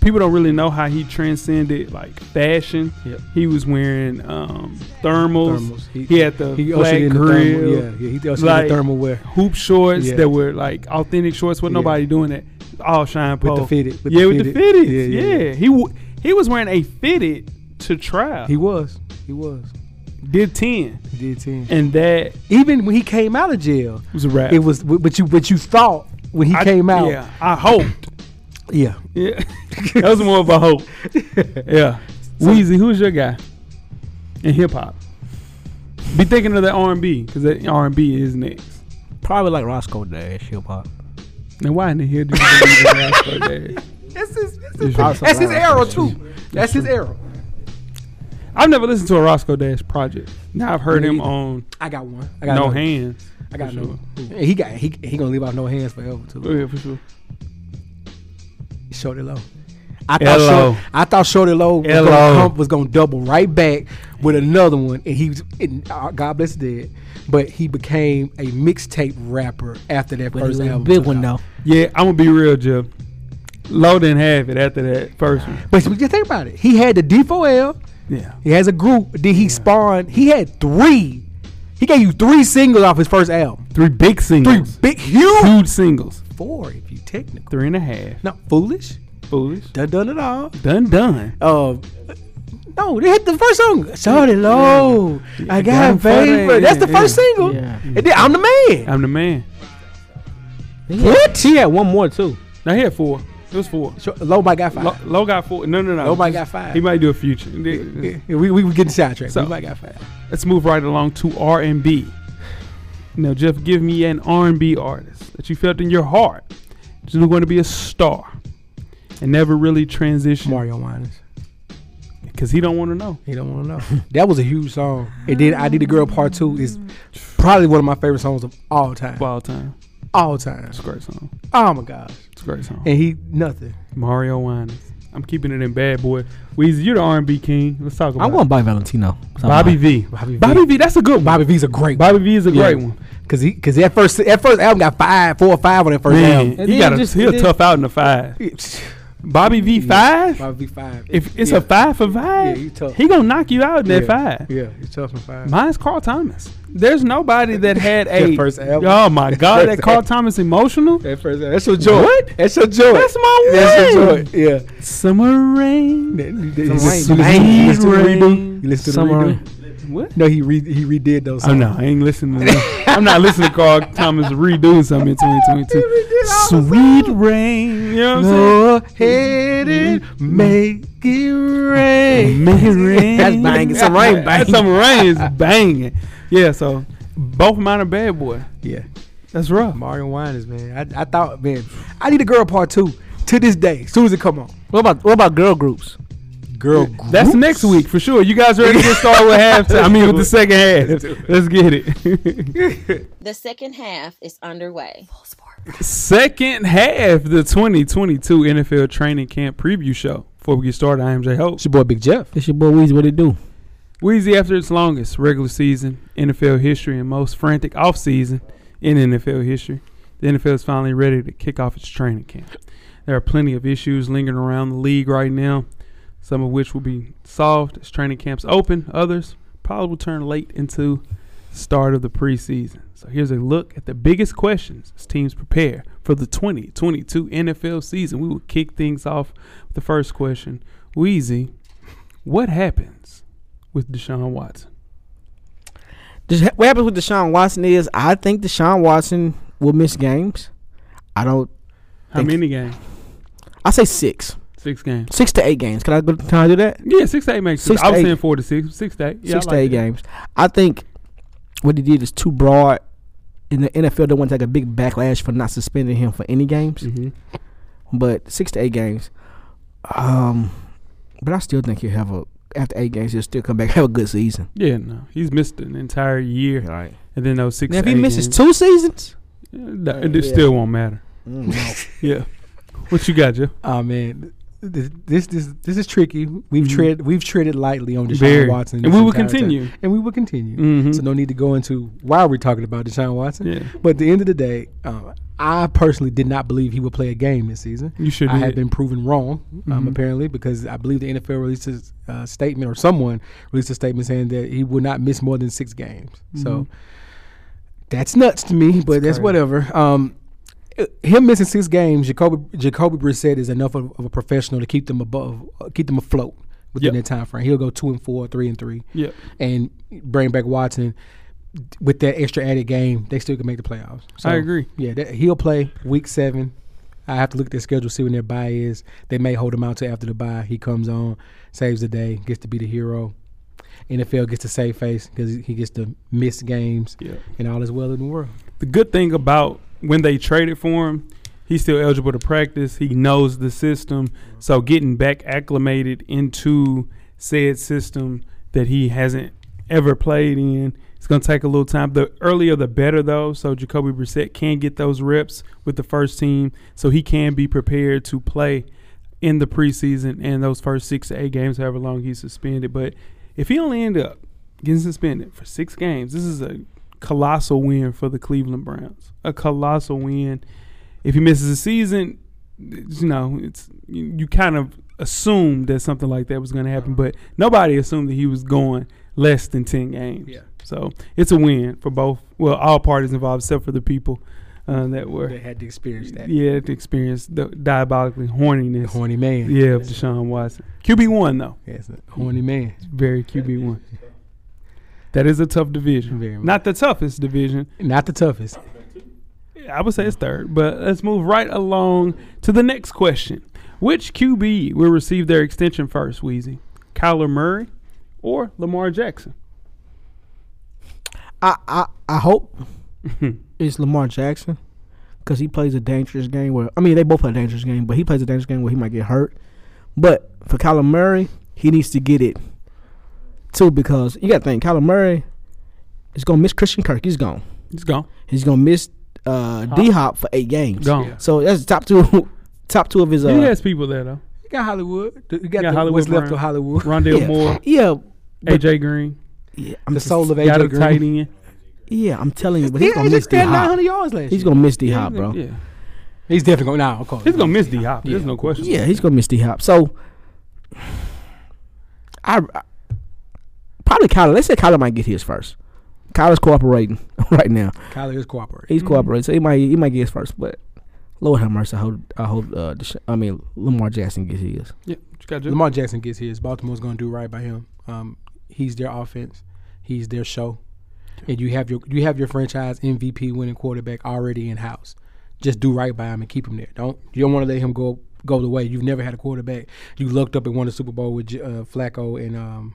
Speaker 5: People don't really know how he transcended like fashion.
Speaker 6: Yep.
Speaker 5: He was wearing um, thermals.
Speaker 6: Thermals.
Speaker 5: He,
Speaker 6: He-
Speaker 5: had the
Speaker 6: he ushered
Speaker 5: black
Speaker 6: in the thermal-
Speaker 5: grill.
Speaker 6: yeah, yeah, he ushered in the thermal wear.
Speaker 5: Hoop shorts
Speaker 6: Yeah.
Speaker 5: that were like authentic shorts. Wasn't
Speaker 6: Yeah.
Speaker 5: nobody doing that. All Shine
Speaker 6: the
Speaker 5: Poe.
Speaker 6: fitted- with
Speaker 5: yeah,
Speaker 6: the
Speaker 5: with the
Speaker 6: fitted.
Speaker 5: fitted.
Speaker 6: Yeah,
Speaker 5: Yeah,
Speaker 6: yeah, yeah.
Speaker 5: he w- he was wearing a fitted to trial.
Speaker 6: He
Speaker 5: He
Speaker 6: was. He was.
Speaker 5: did ten,
Speaker 6: He did ten.
Speaker 5: and that
Speaker 6: Even when he came out of jail,
Speaker 5: was a wrap.
Speaker 6: it was but you but you thought when he
Speaker 5: I-
Speaker 6: came out.
Speaker 5: Yeah, I hoped.
Speaker 6: yeah.
Speaker 5: Yeah, that was more of a hope. Yeah, Weezy, who's your guy in hip hop? Be thinking of that R and B because that R and B is next.
Speaker 7: Probably like Roscoe Dash, hip hop.
Speaker 5: Now why in the hell do you believe in Roscoe Dash?
Speaker 6: That's his, that's
Speaker 5: It's
Speaker 6: his,
Speaker 5: right.
Speaker 6: that's his arrow too. That's his arrow.
Speaker 5: I've never listened to a Roscoe Dash project. Now I've heard
Speaker 6: Me
Speaker 5: him
Speaker 6: either.
Speaker 5: on
Speaker 6: I got one. I got
Speaker 5: No
Speaker 6: another.
Speaker 5: Hands.
Speaker 6: I got
Speaker 5: for
Speaker 6: no. He got he he gonna leave out no hands forever too.
Speaker 5: sure. Yeah, for sure.
Speaker 6: Shorty Low. I thought,
Speaker 5: L.O..
Speaker 6: Short, I thought Shorty Low was
Speaker 5: L.O..
Speaker 6: gonna, come, was gonna double right back with another one, and he was. And, uh, God bless the dead, but he became a mixtape rapper after that
Speaker 7: But it
Speaker 6: first
Speaker 7: was a
Speaker 6: album.
Speaker 7: big
Speaker 6: took
Speaker 7: one
Speaker 6: out.
Speaker 7: though.
Speaker 5: Yeah, I'm gonna be real, Jeff. Low didn't have it after that first one.
Speaker 6: But you think about it, he had the D4L,
Speaker 5: Yeah,
Speaker 6: he has a group. Then he spawned. He had three. He gave you three singles off his first album.
Speaker 5: three big
Speaker 6: Three
Speaker 5: singles,
Speaker 6: big, huge.
Speaker 5: huge singles,
Speaker 6: Four, if you technical.
Speaker 5: three and a half.
Speaker 6: Not foolish.
Speaker 5: Foolish,
Speaker 6: Done done it all.
Speaker 5: done, done.
Speaker 6: Uh, no, they hit the first song. Shorty low. I
Speaker 5: Got
Speaker 6: got a
Speaker 5: 'em for
Speaker 6: favor.
Speaker 5: that,
Speaker 6: That's the
Speaker 5: yeah,
Speaker 6: first
Speaker 5: yeah,
Speaker 6: single.
Speaker 7: yeah.
Speaker 6: And then I'm the man.
Speaker 5: I'm the man.
Speaker 6: What?
Speaker 7: He had one more too.
Speaker 5: Now he had four. It was four.
Speaker 6: Shor- Low might got five.
Speaker 5: Lo, Lo got four. No, no, no.
Speaker 6: Lo might
Speaker 5: Just-
Speaker 6: got five.
Speaker 5: He might do a future.
Speaker 6: Yeah, we, we we getting sidetracked.
Speaker 5: So-
Speaker 6: we might got five.
Speaker 5: Let's move right along to R and B. Now, Jeff, give me an R and B artist that you felt in your heart is going to be a star. and never really transitioned
Speaker 6: Mario Winans.
Speaker 5: because he don't want to know.
Speaker 6: He don't want to know. that was a huge song. It did. I did a girl part two. Is probably one of my favorite songs of all time.
Speaker 5: Wild time.
Speaker 6: All time.
Speaker 5: It's a great song.
Speaker 6: Oh my gosh.
Speaker 5: It's a great song.
Speaker 6: And he nothing.
Speaker 5: Mario Winans. I'm keeping it in bad boy. Weezy, you're the R&B king. Let's talk about.
Speaker 7: I'm going Bobby Valentino.
Speaker 5: Bobby V.
Speaker 6: Bobby V.
Speaker 5: Bobby V. That's a good. One.
Speaker 6: Bobby V's a great.
Speaker 5: Bobby V is a
Speaker 6: Yeah.
Speaker 5: great one.
Speaker 6: Cause he, cause that first, that first album got five, four or five on that first
Speaker 5: Man,
Speaker 7: And
Speaker 5: he
Speaker 7: then
Speaker 5: got a,
Speaker 7: just-
Speaker 5: he a
Speaker 7: then-
Speaker 5: tough out in the five.
Speaker 6: album.
Speaker 5: Bobby V five.
Speaker 6: Mm. Bobby V five.
Speaker 5: If it's
Speaker 6: Yeah.
Speaker 5: a five for five,
Speaker 6: Yeah, he tough.
Speaker 5: he gonna knock you out in that
Speaker 6: yeah.
Speaker 5: five.
Speaker 6: Yeah, he's tough in five.
Speaker 5: Mine's Carl Thomas. There's nobody that had
Speaker 6: That
Speaker 5: a
Speaker 6: first album.
Speaker 5: Oh my god,
Speaker 6: first
Speaker 5: that Carl
Speaker 6: album.
Speaker 5: Thomas emotional.
Speaker 6: that first, album. that's your joy.
Speaker 5: What?
Speaker 6: That's your joy.
Speaker 5: That's my
Speaker 6: That's your
Speaker 5: one.
Speaker 6: joy. Yeah.
Speaker 5: Summer rain.
Speaker 6: You
Speaker 5: listen- you
Speaker 6: listen to
Speaker 5: listen to the
Speaker 6: the
Speaker 5: redo?
Speaker 6: redo. You listen to the
Speaker 7: Summer.
Speaker 6: redo.
Speaker 5: What?
Speaker 6: No, he re- he redid those.
Speaker 5: Oh no, I ain't listening. to that. I'm not listening to Carl Thomas redoing something in 2022. Sweet rain. You know what I'm
Speaker 6: Go ahead and make it rain.
Speaker 5: saying? May rain.
Speaker 7: That's banging. Some rain banging.
Speaker 5: Some rain is banging. Yeah. So both of mine are bad boy.
Speaker 6: Yeah.
Speaker 5: That's rough.
Speaker 6: Mario Winans, man. I, I thought, man, I need a girl part two to this day. As soon as it come on,
Speaker 7: What about what about girl groups?
Speaker 6: girl.
Speaker 5: That's next week for sure. You guys ready to get started with halftime? I mean, with the second half. Let's get it.
Speaker 4: The second half is underway.
Speaker 2: Full sport press.
Speaker 5: second half, the 2022 NFL training camp preview show. Before we get started, I am Jay Hope.
Speaker 6: It's your boy Big Jeff.
Speaker 7: It's your boy Weezy. What it do?
Speaker 5: Wheezy, after its longest regular season, NFL history, and most frantic offseason in NFL history, the NFL is finally ready to kick off its training camp. There are plenty of issues lingering around the league right now, some of which will be solved as training camps open, others probably will turn late into start of the preseason. So here's a look at the biggest questions as teams prepare for the 2022 NFL season. We will kick things off with the first question. Wheezy, what happens with Deshaun Watson?
Speaker 7: Just ha- what happens with Deshaun Watson is I think Deshaun Watson will miss games. I don't.
Speaker 5: How
Speaker 7: Thank
Speaker 5: many games?
Speaker 7: I say six,
Speaker 5: Six games.
Speaker 7: six to eight games. Can I go? Can I do that?
Speaker 5: Yeah, six to eight makes sense.
Speaker 7: Six
Speaker 5: I
Speaker 7: to
Speaker 5: was
Speaker 7: eight.
Speaker 5: saying four to six. Six to eight. Yeah, I
Speaker 7: six to
Speaker 5: like
Speaker 7: eight
Speaker 5: that.
Speaker 7: games. I think what he did is too broad. In the NFL, they want to take a big backlash for not suspending him for any games,
Speaker 5: Mhm.
Speaker 7: but six to eight games. Um, but I still think he'll have a after eight games, he'll still come back have a good season.
Speaker 5: Yeah, no. He's missed an entire year.
Speaker 7: right.
Speaker 5: And then those six to
Speaker 7: Now, if he
Speaker 5: eight
Speaker 7: misses
Speaker 5: games,
Speaker 7: two seasons,
Speaker 5: yeah, no, it it
Speaker 7: Yeah.
Speaker 5: still won't matter.
Speaker 7: Mm, no.
Speaker 5: Yeah. What you got, Jeff?
Speaker 6: Oh man, this this this, this is tricky. We've
Speaker 5: Mhm.
Speaker 6: tread we've treaded lightly on Deshaun
Speaker 5: Very.
Speaker 6: Watson,
Speaker 5: And
Speaker 6: this
Speaker 5: we will
Speaker 6: entire time.
Speaker 5: continue.
Speaker 6: and we will continue.
Speaker 5: Mhm.
Speaker 6: So no need to go into why we're talking about Deshaun Watson.
Speaker 5: Yeah.
Speaker 6: But at the end of the day, um, I personally did not believe he would play a game this season.
Speaker 5: You should
Speaker 6: I
Speaker 5: do
Speaker 6: have
Speaker 5: it.
Speaker 6: been proven wrong, um,
Speaker 5: Mhm.
Speaker 6: apparently, because I believe the NFL released a uh, statement or someone released a statement saying that he will not miss more than six games. So
Speaker 5: Mm-hmm.
Speaker 6: that's nuts to me, but that's whatever. Um, uh, him missing six games, Jacoby Jacoby Brissett is enough of, of a professional to keep them above, uh, keep them afloat within
Speaker 5: Yep.
Speaker 6: that time frame. He'll go two and four, three and three,
Speaker 5: Yeah.
Speaker 6: and bring back Watson with that extra added game. They still can make the playoffs.
Speaker 5: I agree.
Speaker 6: Yeah, that, he'll play week seven. I have to look at their schedule, see when their bye is. They may hold him out till after the bye. He comes on, saves the day, gets to be the hero. NFL gets to save face because he gets to miss games,
Speaker 5: Yeah.
Speaker 6: and all is well in the world.
Speaker 5: The good thing about when they traded for him, he's still eligible to practice. He knows the system. So getting back acclimated into said system that he hasn't ever played in, it's going to take a little time. The earlier the better, though. So Jacoby Brissett can get those reps with the first team, so he can be prepared to play in the preseason and those first six to eight games, however long he's suspended. But if he only end up getting suspended for six games, this is a colossal win for the Cleveland Browns. A colossal win. If he misses a season, it's, you know, it's you, you kind of assumed that something like that was going to
Speaker 6: Uh-huh.
Speaker 5: happen, but nobody assumed that he was going less than ten games.
Speaker 6: Yeah.
Speaker 5: So it's a win for both. Well, all parties involved, except for the people uh, that
Speaker 6: They
Speaker 5: were
Speaker 6: had to experience that.
Speaker 5: yeah to experience the diabolically horniness.
Speaker 6: Horny man.
Speaker 5: Yeah, of Deshaun Watson. QB one though,
Speaker 6: Yes, a horny man.
Speaker 5: very QB one. That is a tough division.
Speaker 6: Very much.
Speaker 5: Not the toughest division.
Speaker 6: Not the toughest.
Speaker 5: I would say it's third, but let's move right along to the next question. Which QB will receive their extension first, Wheezy? Kyler Murray or Lamar Jackson?
Speaker 7: I, I I hope it's Lamar Jackson because he plays a dangerous game where I mean they both play a dangerous game, but he plays a dangerous game where he might get hurt. But for Kyler Murray, he needs to get it too because you got to think Kyler Murray is gonna miss Christian Kirk. He's gone.
Speaker 5: He's gone.
Speaker 7: He's gonna miss uh, D Hop for eight games.
Speaker 5: Gone.
Speaker 7: So that's the top two, top two of his. Uh,
Speaker 5: He has people there though.
Speaker 6: You got Hollywood. You
Speaker 5: got
Speaker 6: got, the,
Speaker 5: Hollywood
Speaker 6: what's left
Speaker 5: Brown.
Speaker 6: of Hollywood.
Speaker 5: Rondell
Speaker 7: yeah,
Speaker 5: Moore,
Speaker 7: yeah, but-
Speaker 5: AJ Green,
Speaker 7: yeah. I'm
Speaker 6: The
Speaker 7: just-
Speaker 6: soul of
Speaker 5: got a
Speaker 6: AJ Green.
Speaker 5: tight end.
Speaker 7: Yeah, I'm telling you, but he's
Speaker 6: Yeah,
Speaker 7: gonna
Speaker 6: he
Speaker 7: miss
Speaker 6: just
Speaker 7: D
Speaker 6: got
Speaker 7: Hop.
Speaker 6: 900 yards last
Speaker 7: He's
Speaker 6: year.
Speaker 7: gonna miss D Hop, bro.
Speaker 5: Yeah,
Speaker 6: He's definitely gonna. Nah, of course.
Speaker 5: he's gonna miss D Hop. There's no question.
Speaker 7: Yeah, he's gonna miss D Hop. So, I, I probably Kyler. Let's say Kyler might get his first. Kyler's cooperating right now.
Speaker 6: Kyler is cooperating.
Speaker 7: He's cooperating, so he might he might get his first. But Lord have mercy. I hope I hope uh, Desha- I mean Lamar Jackson gets his.
Speaker 5: yeah. What you gotta do?
Speaker 6: Lamar Jackson gets his. Baltimore's gonna do right by him. Um, he's their offense. He's their show. And you have your you have your franchise MVP winning quarterback already in house. Just do right by him and keep him there. Don't you don't want to let him go go the way you've never had a quarterback. You looked up and won the Super Bowl with J- uh, Flacco and um.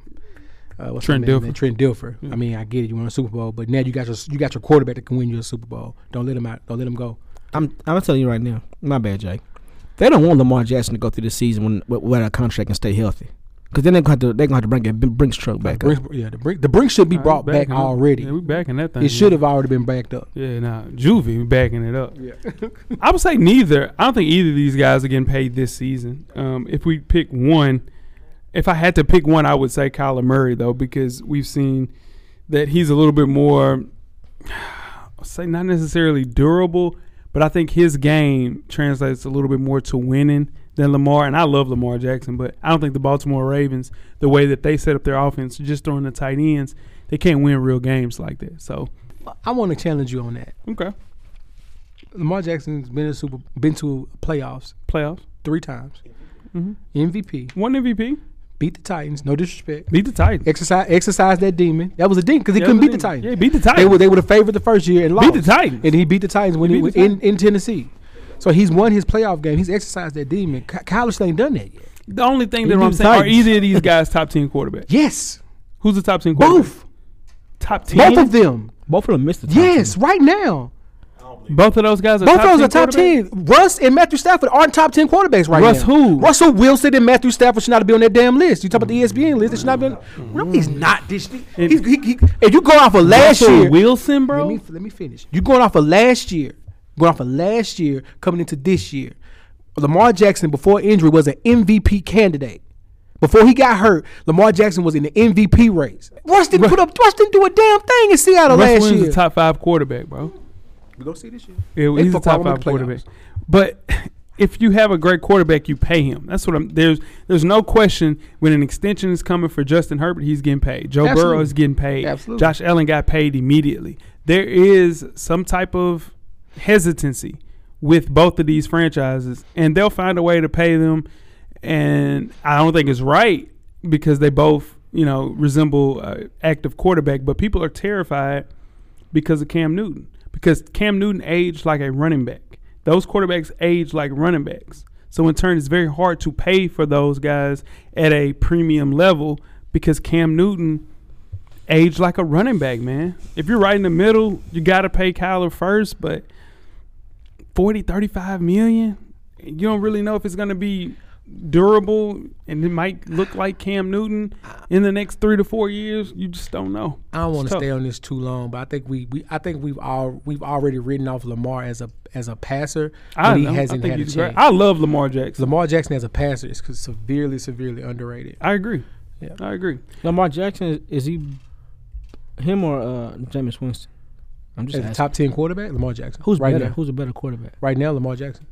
Speaker 6: Uh, what's
Speaker 5: Trent
Speaker 6: the man's
Speaker 5: Dilfer.
Speaker 6: name? Trent Dilfer. I mean, I get it. You won a Super Bowl, but now you got your you got your quarterback that can win you a Super Bowl. Don't let him out. Don't let him go.
Speaker 7: I'm I'm telling you right now. My bad, Jay. They don't want Lamar Jackson to go through the season when, wi- without a contract and stay healthy, because then they're gonna have to they're gonna have to bring that B- Brinks truck back up.
Speaker 6: Brinks, yeah, the brink, the brink should be
Speaker 5: Nah,
Speaker 6: brought
Speaker 5: we
Speaker 6: back
Speaker 5: backing up.
Speaker 6: already.
Speaker 5: Yeah, we backing that thing.
Speaker 6: it should
Speaker 5: up.
Speaker 6: have already been backed up.
Speaker 5: Yeah, nah. Juvie we backing it up. Yeah. I would say neither. I don't think either of these guys are getting paid this season. Um, if we pick one, if I had to pick one, I would say Kyler Murray though, because we've seen that he's a little bit more, I'll say not necessarily durable, but I think his game translates a little bit more to winning than Lamar. And I love Lamar Jackson, but I don't think the Baltimore Ravens, the way that they set up their offense, just throwing the tight ends, they can't win real games like that. So
Speaker 6: I want to challenge you on that.
Speaker 5: okay,
Speaker 6: Lamar Jackson's been to Super, been to playoffs
Speaker 5: playoffs.
Speaker 6: three times.
Speaker 5: Mhm.
Speaker 6: MVP,
Speaker 5: One MVP.
Speaker 6: beat the Titans. No disrespect.
Speaker 5: Beat the Titans.
Speaker 6: Exercise, exercise that demon. That was a demon because he
Speaker 5: Yeah,
Speaker 6: couldn't
Speaker 5: but
Speaker 6: beat the
Speaker 5: then-
Speaker 6: Titans.
Speaker 5: Yeah, beat the
Speaker 6: They were
Speaker 5: Titans.
Speaker 6: they were the favorite the first year and
Speaker 5: Beat
Speaker 6: lost.
Speaker 5: the Titans.
Speaker 6: and he beat the Titans when he,
Speaker 5: beat
Speaker 6: was
Speaker 5: the
Speaker 6: in, in Tennessee. So he's won his playoff game. He's exercised that demon. Ky- Kyler still ain't done that yet.
Speaker 5: The only thing
Speaker 7: They
Speaker 5: that
Speaker 7: beat
Speaker 5: I'm
Speaker 7: the
Speaker 5: saying are
Speaker 7: Titans.
Speaker 5: either of these guys top ten quarterbacks.
Speaker 6: Yes,
Speaker 5: Who's the top ten quarterback?
Speaker 6: both,
Speaker 5: Top ten.
Speaker 6: both of them.
Speaker 7: Both of them missed the top
Speaker 6: Yes, right now.
Speaker 5: Both of those guys are
Speaker 6: Both
Speaker 5: top
Speaker 6: of those
Speaker 5: 10
Speaker 6: are top
Speaker 5: quarterbacks?
Speaker 6: ten. Russ and Matthew Stafford aren't top ten quarterbacks right
Speaker 5: Russ
Speaker 6: now.
Speaker 5: who?
Speaker 6: Russell Wilson and Matthew Stafford should not be on that damn list. You talk about the E ESPN list; it should not be. On, no, he's not. This
Speaker 5: It-
Speaker 6: he's, he, he, if you go off of last
Speaker 5: Mm. Russell
Speaker 6: year,
Speaker 5: Wilson, bro.
Speaker 6: let me let me finish. You going off of last year, going off of last year, coming into this year. Lamar Jackson before injury was an MVP candidate. Before he got hurt, Lamar Jackson was in the MVP race. Russ didn't put up. Russ didn't do a damn thing in Seattle
Speaker 5: Russ
Speaker 6: last
Speaker 5: Wilson's
Speaker 6: year.
Speaker 5: a top five quarterback, bro.
Speaker 6: We gonna see this year.
Speaker 5: Yeah,
Speaker 6: They
Speaker 5: he's a
Speaker 6: fuck around
Speaker 5: top
Speaker 6: with
Speaker 5: five
Speaker 6: the
Speaker 5: quarterback.
Speaker 6: playoffs.
Speaker 5: But if you have a great quarterback, you pay him. That's what I'm. There's there's no question when an extension is coming for Justin Herbert, he's getting paid. Joe Burrow
Speaker 6: Absolutely.
Speaker 5: is getting paid.
Speaker 6: Absolutely.
Speaker 5: Josh Allen got paid immediately. There is some type of hesitancy with both of these franchises, and they'll find a way to pay them. And I don't think it's right because they both, you know, resemble uh, active quarterback. But people are terrified because of Cam Newton. Because Cam Newton aged like a running back. Those quarterbacks age like running backs. So in turn, it's very hard to pay for those guys at a premium level because Cam Newton aged like a running back, man. If you're right in the middle, you got to pay Kyler first, but 40, 35 million, you don't really know if it's going to be durable and it might look like Cam Newton in the next three to four years. You just don't know.
Speaker 6: I don't want
Speaker 5: It's
Speaker 6: to
Speaker 5: tough.
Speaker 6: stay on this too long, but I think we, we I think we've all we've already written off Lamar as a as a passer,
Speaker 5: I,
Speaker 6: but he
Speaker 5: know.
Speaker 6: hasn't
Speaker 5: I think
Speaker 6: had a
Speaker 5: he's great.
Speaker 6: chance.
Speaker 5: I love Lamar Jackson.
Speaker 6: Lamar Jackson as a passer is c- severely severely underrated.
Speaker 5: I agree.
Speaker 6: Yeah.
Speaker 5: I agree.
Speaker 7: Lamar Jackson is he him or uh Jameis Winston? I'm just
Speaker 6: As a
Speaker 7: asking.
Speaker 6: top ten quarterback, Lamar Jackson.
Speaker 7: Who's
Speaker 6: right
Speaker 7: better?
Speaker 6: now?
Speaker 7: Who's a better quarterback?
Speaker 6: Right now, Lamar Jackson.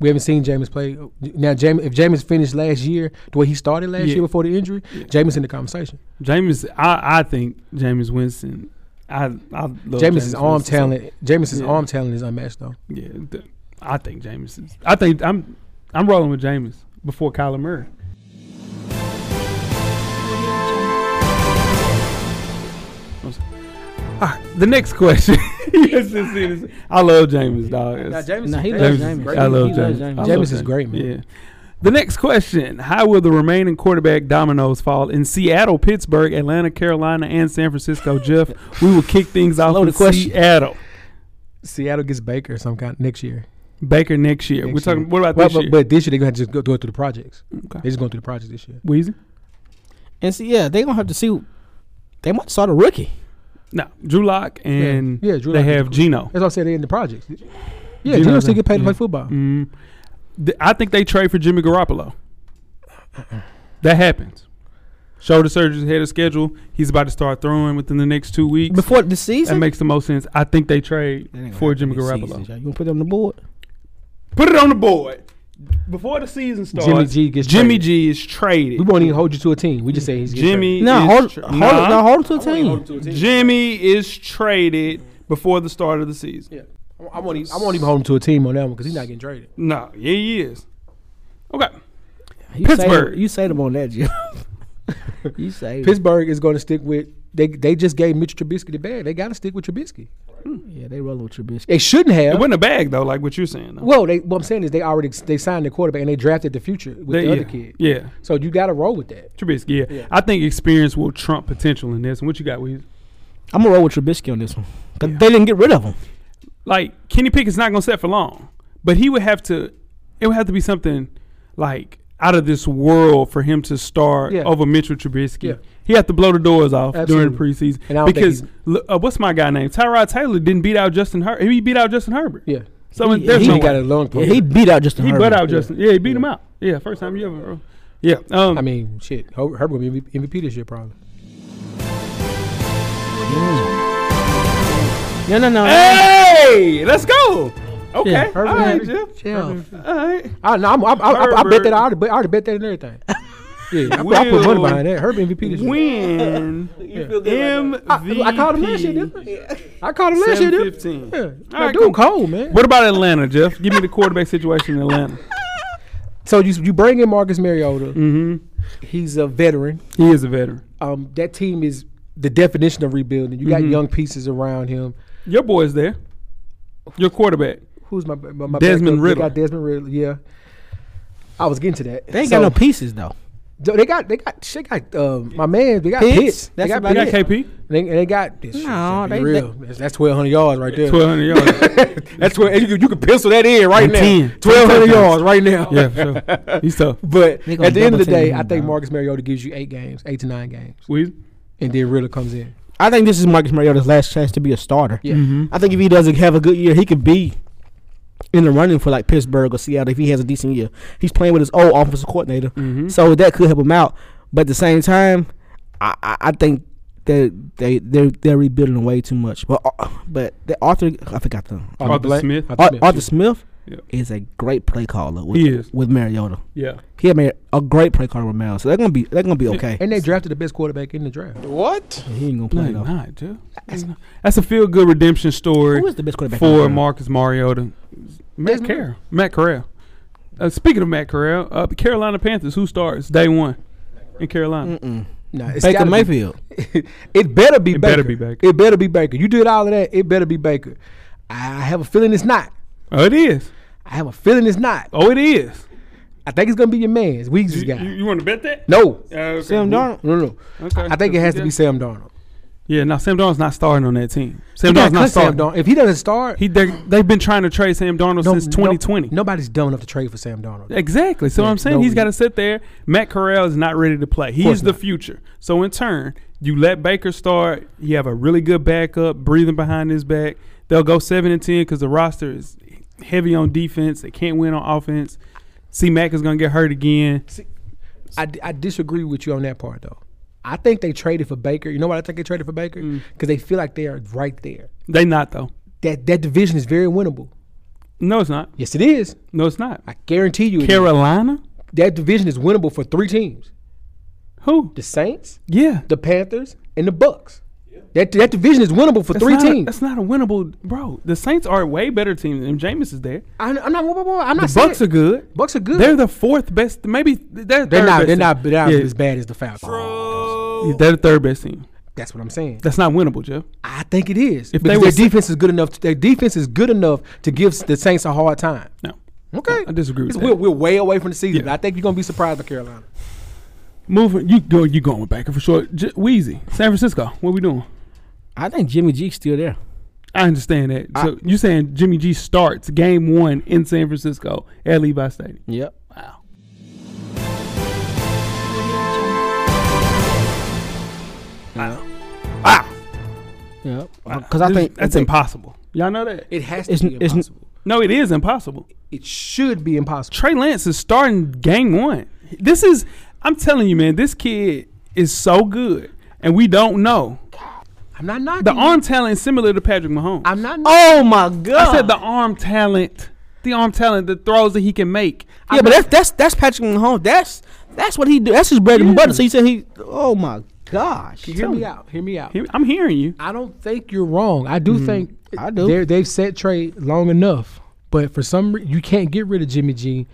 Speaker 6: We haven't seen Jameis play now. Jameis, if Jameis finished last year the way he started last
Speaker 5: Yeah.
Speaker 6: year before the injury, Jameis in the conversation.
Speaker 5: James, I, I think James Winston. I, I love
Speaker 6: Jameis's arm
Speaker 5: Winston.
Speaker 6: talent, Jameis's
Speaker 5: Yeah.
Speaker 6: arm talent is unmatched though.
Speaker 5: Yeah, th- I think James is. I think I'm. I'm rolling with James before Kyler Murray. I'm sorry. All right, the next question. Yes, this is- I love James, dog. It's-
Speaker 7: Nah, he
Speaker 5: James,
Speaker 7: loves James.
Speaker 5: I love
Speaker 7: He
Speaker 5: James.
Speaker 7: loves
Speaker 5: I
Speaker 7: Jameis.
Speaker 5: love
Speaker 6: Jameis is great, man.
Speaker 5: Yeah. The next question: How will the remaining quarterback dominoes fall in Seattle, Pittsburgh, Atlanta, Carolina, and San Francisco? Jeff, we will kick things off
Speaker 7: Loaded
Speaker 5: with
Speaker 7: question.
Speaker 5: Seattle.
Speaker 6: Seattle gets Baker some kind next year.
Speaker 5: Baker next year.
Speaker 6: Next
Speaker 5: We're talking.
Speaker 6: year.
Speaker 5: What about
Speaker 6: Well,
Speaker 5: this
Speaker 6: but,
Speaker 5: year?
Speaker 6: but this year they're gonna have to just go, do it through the projects.
Speaker 5: Okay.
Speaker 6: They're just going through the projects this year.
Speaker 5: Weezy?
Speaker 7: And see, yeah, they gonna have to see. They might start a rookie.
Speaker 5: No, Drew Lock and
Speaker 6: Yeah, Drew
Speaker 5: they
Speaker 6: Lock is
Speaker 5: have
Speaker 6: cool.
Speaker 5: Geno.
Speaker 6: That's what I said. They're in the projects. Yeah,
Speaker 5: Geno
Speaker 6: Geno
Speaker 5: Smith.
Speaker 6: still get paid to
Speaker 5: Yeah.
Speaker 6: play football.
Speaker 5: Mm. Th- I think they trade for Jimmy Garoppolo.
Speaker 6: Uh-uh.
Speaker 5: that happens. Shoulder surgery's ahead of schedule. He's about to start throwing within the next two weeks.
Speaker 7: Before the
Speaker 5: that
Speaker 7: season,
Speaker 5: makes the most sense. I think they trade
Speaker 7: That ain't gonna
Speaker 5: for
Speaker 7: happen
Speaker 5: Jimmy
Speaker 7: this
Speaker 5: Garoppolo.
Speaker 7: season, Jay. You gonna put it on the board?
Speaker 5: Put it on the board before the season starts.
Speaker 6: Jimmy G gets
Speaker 5: Jimmy
Speaker 6: traded.
Speaker 5: G is traded.
Speaker 6: We won't even hold you to a team. We just say he's getting
Speaker 5: Jimmy.
Speaker 7: No,
Speaker 5: is
Speaker 7: hold,
Speaker 5: tra-
Speaker 7: hold,
Speaker 5: Nah.
Speaker 7: it, no, hold it to a
Speaker 6: traded.
Speaker 7: team.
Speaker 5: Jimmy is traded before the start of the season.
Speaker 6: Yeah. I- I won't, even, I won't even hold him to a team on that one because he's not getting traded.
Speaker 5: No, yeah, he is. Okay.
Speaker 7: You saved him-
Speaker 5: Pittsburgh.
Speaker 7: you saved him on that, Jim. you saved him.
Speaker 6: Pittsburgh is going to stick with they. They just gave Mitch Trubisky the bag. They got to stick with Trubisky.
Speaker 7: Yeah, they roll with Trubisky.
Speaker 6: They shouldn't
Speaker 5: It
Speaker 6: have.
Speaker 5: wasn't a bag though, like what you're saying. Though.
Speaker 6: Well, they, what I'm saying is they already they signed the quarterback and they drafted the future with
Speaker 5: They-
Speaker 6: the other
Speaker 5: yeah.
Speaker 6: kid.
Speaker 5: Yeah.
Speaker 6: So you got to roll with that.
Speaker 5: Trubisky, yeah.
Speaker 6: Yeah.
Speaker 5: I think experience will trump potential in this. And what you got with
Speaker 7: I'm gonna roll with Trubisky on this one. 'Cause they didn't get rid of him.
Speaker 5: like Kenny Pickett's not gonna set for long. But he would have to it would have to be something like out of this world for him to start
Speaker 6: Yeah.
Speaker 5: over Mitchell Trubisky.
Speaker 6: Yeah.
Speaker 5: He had to blow the doors off during the
Speaker 6: Absolutely.
Speaker 5: preseason
Speaker 6: And I don't think
Speaker 5: because
Speaker 6: he's-
Speaker 5: look, uh, what's my guy name? Tyrod Taylor didn't beat out Justin Herbert. He beat out Justin Herbert.
Speaker 6: Yeah.
Speaker 5: So
Speaker 7: He-
Speaker 5: there's
Speaker 7: he
Speaker 5: no
Speaker 6: got
Speaker 5: way.
Speaker 6: a long.
Speaker 7: Yeah, he beat out Justin.
Speaker 5: He
Speaker 7: Herbert.
Speaker 5: butt out Justin. Yeah, he beat him out. Yeah, first time you ever. Yeah. Um,
Speaker 6: I mean, shit. Her- Herbert gonna be MVP this year probably.
Speaker 7: No, no, no.
Speaker 5: Mm. Hey, let's go. Okay.
Speaker 7: Yeah,
Speaker 5: All
Speaker 6: Herbert
Speaker 5: right,
Speaker 6: had-
Speaker 5: Jeff.
Speaker 7: Chill.
Speaker 5: All right.
Speaker 6: I, no, I'm, I, I, I, I bet
Speaker 5: Herbert.
Speaker 6: that I already, bet- I already bet that and everything. Yeah, I, put- I put money
Speaker 5: Will
Speaker 6: behind that. Herbert MVP this year.
Speaker 5: Win. MVP.
Speaker 6: I, I called him last year, didn't I? I called him last year, didn't I?
Speaker 5: 7:15.
Speaker 6: Yeah.
Speaker 5: All right,
Speaker 6: that dude
Speaker 5: cool.
Speaker 6: cold, man.
Speaker 5: What about Atlanta, Jeff? Give me the quarterback situation in Atlanta.
Speaker 6: So you you bring in Marcus Mariota.
Speaker 5: Mm-hmm.
Speaker 6: He's a veteran.
Speaker 5: He is a veteran.
Speaker 6: Um, that team is the definition of rebuilding. You got
Speaker 5: Mhm.
Speaker 6: young pieces around him.
Speaker 5: Your boy's there. Your quarterback.
Speaker 6: Who's my my, my
Speaker 5: Desmond
Speaker 6: backup?
Speaker 5: Ridder.
Speaker 6: They got Desmond Riddle. Yeah. I was getting to that.
Speaker 7: They ain't
Speaker 6: So,
Speaker 7: got no pieces though.
Speaker 6: th- They got they got shit. Got um, my man. They got
Speaker 7: Pitts?
Speaker 6: Pitts.
Speaker 7: That's
Speaker 6: They got,
Speaker 7: about
Speaker 5: You got
Speaker 7: it.
Speaker 6: Pitts.
Speaker 5: KP.
Speaker 6: And they, and they got this.
Speaker 7: No,
Speaker 6: shit,
Speaker 7: they-
Speaker 6: real. That's- That's twelve hundred yards right there.
Speaker 5: Twelve hundred yards.
Speaker 6: That's where you, you can pencil that in right
Speaker 5: And
Speaker 6: now.
Speaker 5: 10.
Speaker 6: Twelve
Speaker 5: Ten
Speaker 6: hundred
Speaker 5: touchdowns.
Speaker 6: yards right now.
Speaker 5: yeah, for sure. He's tough.
Speaker 6: But
Speaker 7: They gonna
Speaker 6: at the end of
Speaker 7: double
Speaker 6: the
Speaker 7: team
Speaker 6: day,
Speaker 7: him,
Speaker 6: I think
Speaker 7: dog.
Speaker 6: Marcus Mariota gives you eight games, eight to nine games,
Speaker 5: Squeeze.
Speaker 6: and then Riddle comes in.
Speaker 7: I think this is Marcus Mariota's last chance to be a starter.
Speaker 6: Yeah.
Speaker 7: I think if he doesn't have a good year, he could be in the running for like Pittsburgh or Seattle if he has a decent year. He's playing with his old offensive coordinator,
Speaker 5: Mm-hmm.
Speaker 7: so that could help him out. But at the same time, I, I, I think that they they're, they're rebuilding way too much. But uh, but the Arthur I forgot the uh,
Speaker 5: Arthur
Speaker 6: Blank-
Speaker 5: Smith.
Speaker 7: Ar- Arthur Smith
Speaker 5: Yeah.
Speaker 7: is a great play caller. With,
Speaker 5: He is.
Speaker 7: with Mariota.
Speaker 5: Yeah.
Speaker 7: He had made a great play caller with Mariota, so they're gonna be they're gonna be okay.
Speaker 6: And they drafted the best quarterback in the draft.
Speaker 7: he ain't gonna
Speaker 5: No,
Speaker 7: play
Speaker 5: he
Speaker 7: though.
Speaker 5: not, Jeff. He's not. That's a feel good redemption story
Speaker 7: Who is the best quarterback in the
Speaker 5: for
Speaker 7: draft?
Speaker 5: Marcus Mariota. Matt
Speaker 6: Desmond
Speaker 5: Carroll. Matt Corral. Uh, speaking of Matt Corral, uh, the Carolina Panthers, who starts day one in Carolina?
Speaker 6: Nah, it's
Speaker 7: Baker
Speaker 6: gotta be-
Speaker 7: Mayfield.
Speaker 6: it better be
Speaker 5: It
Speaker 6: Baker.
Speaker 5: better be Baker.
Speaker 6: It better be Baker. You did all of that. It better be Baker. I have a feeling it's not.
Speaker 5: Oh, it is.
Speaker 6: I have a feeling it's not.
Speaker 5: Oh, it is.
Speaker 6: I think it's gonna be your man's Weezy's
Speaker 5: You,
Speaker 6: guy.
Speaker 5: you, want to bet that?
Speaker 6: no,
Speaker 5: Uh, okay.
Speaker 7: Sam Darnold.
Speaker 6: no, no.
Speaker 5: Okay.
Speaker 6: I think it has to be Sam Darnold.
Speaker 5: Yeah, no, Sam Darnold's not starting on that team.
Speaker 6: You
Speaker 5: Sam
Speaker 6: gotta
Speaker 5: Darnold's not
Speaker 6: cut Sam
Speaker 5: starting.
Speaker 6: Darnold. If he doesn't start,
Speaker 5: He they, they've been trying to trade Sam Darnold
Speaker 6: no-
Speaker 5: since
Speaker 6: no-
Speaker 5: 2020.
Speaker 6: nobody's dumb enough to trade for Sam Darnold.
Speaker 5: Exactly. So
Speaker 6: Yeah,
Speaker 5: I'm saying
Speaker 6: no,
Speaker 5: he's
Speaker 6: he-
Speaker 5: got to sit there. Matt Corral is not ready to play. He
Speaker 6: course
Speaker 5: is the
Speaker 6: not.
Speaker 5: future. So in turn, you let Baker start. You have a really good backup breathing behind his back. They'll go seven and ten because the roster is heavy on defense. They can't win on offense. See, Mac is gonna get hurt again.
Speaker 6: I, d- I disagree with you on that part though. I think they traded for Baker. You know what I think they traded for Baker?
Speaker 5: Mm.
Speaker 6: Because they feel like they are right there.
Speaker 5: They not though.
Speaker 6: That that division is very winnable.
Speaker 5: No, it's not.
Speaker 6: Yes, it is.
Speaker 5: No, it's not.
Speaker 6: I guarantee you. it is.
Speaker 5: Carolina?
Speaker 6: That division is winnable for three teams:
Speaker 5: Who?
Speaker 6: the Saints,
Speaker 5: Yeah.
Speaker 6: the Panthers, and the Bucks. That that division is winnable for
Speaker 5: That's
Speaker 6: three
Speaker 5: not a-
Speaker 6: teams.
Speaker 5: that's not a winnable, bro. The Saints are a way better team than them. Jameis is there.
Speaker 6: I, I'm not. I'm not
Speaker 5: the
Speaker 6: saying-
Speaker 5: Bucks are good.
Speaker 6: Bucks are good.
Speaker 5: They're the fourth best. Maybe they're
Speaker 6: They're
Speaker 5: third
Speaker 6: not.
Speaker 5: best
Speaker 6: They're
Speaker 5: team.
Speaker 6: not. They're not
Speaker 5: Yeah.
Speaker 6: as bad as the Falcons.
Speaker 5: They're the third best team.
Speaker 6: That's what I'm saying.
Speaker 5: That's not winnable, Jeff.
Speaker 6: I think it is.
Speaker 5: If
Speaker 6: If
Speaker 5: they
Speaker 6: because
Speaker 5: were
Speaker 6: their
Speaker 5: s-
Speaker 6: defense is good enough, to, their defense is good enough to give the Saints a hard time.
Speaker 5: No.
Speaker 6: Okay,
Speaker 5: I disagree with
Speaker 6: It's-
Speaker 5: that.
Speaker 6: We're, we're way away from the season.
Speaker 5: Yeah.
Speaker 6: but I think you're gonna be surprised by Carolina.
Speaker 5: Moving, you go. You going with Baker for sure. J- Wheezy, San Francisco. What we doing?
Speaker 7: I think Jimmy G's still there.
Speaker 5: I understand that. So you saying Jimmy G starts game one in San Francisco at Levi Stadium?
Speaker 7: Yep.
Speaker 5: Wow.
Speaker 7: Yep. Because I
Speaker 5: This-
Speaker 7: think
Speaker 5: that's
Speaker 7: I think
Speaker 5: impossible. Y'all know that?
Speaker 6: It has
Speaker 7: It's
Speaker 6: to
Speaker 7: n-
Speaker 6: be
Speaker 7: it's n-
Speaker 6: impossible.
Speaker 5: No, it is impossible.
Speaker 6: it should be impossible.
Speaker 5: Trey Lance is starting game one. This is, I'm telling you, man, this kid is so good, and we don't know.
Speaker 6: I'm not knocking.
Speaker 5: The
Speaker 6: you.
Speaker 5: arm talent is similar to Patrick Mahomes.
Speaker 6: I'm not.
Speaker 7: Oh my god!
Speaker 5: I said the arm talent, the arm talent, the throws that he can make.
Speaker 7: yeah, but that's that's that's Patrick Mahomes. That's that's what he do. That's his bread and butter. So you said he. Oh my gosh!
Speaker 6: hear
Speaker 5: tell
Speaker 6: me
Speaker 5: me.
Speaker 6: out. Hear me out.
Speaker 5: He- I'm hearing you.
Speaker 6: I don't think you're wrong. I
Speaker 5: Mm-hmm.
Speaker 6: do think
Speaker 7: I do.
Speaker 6: they're- They've set Trey long enough, but for some reason you can't get rid of Jimmy G,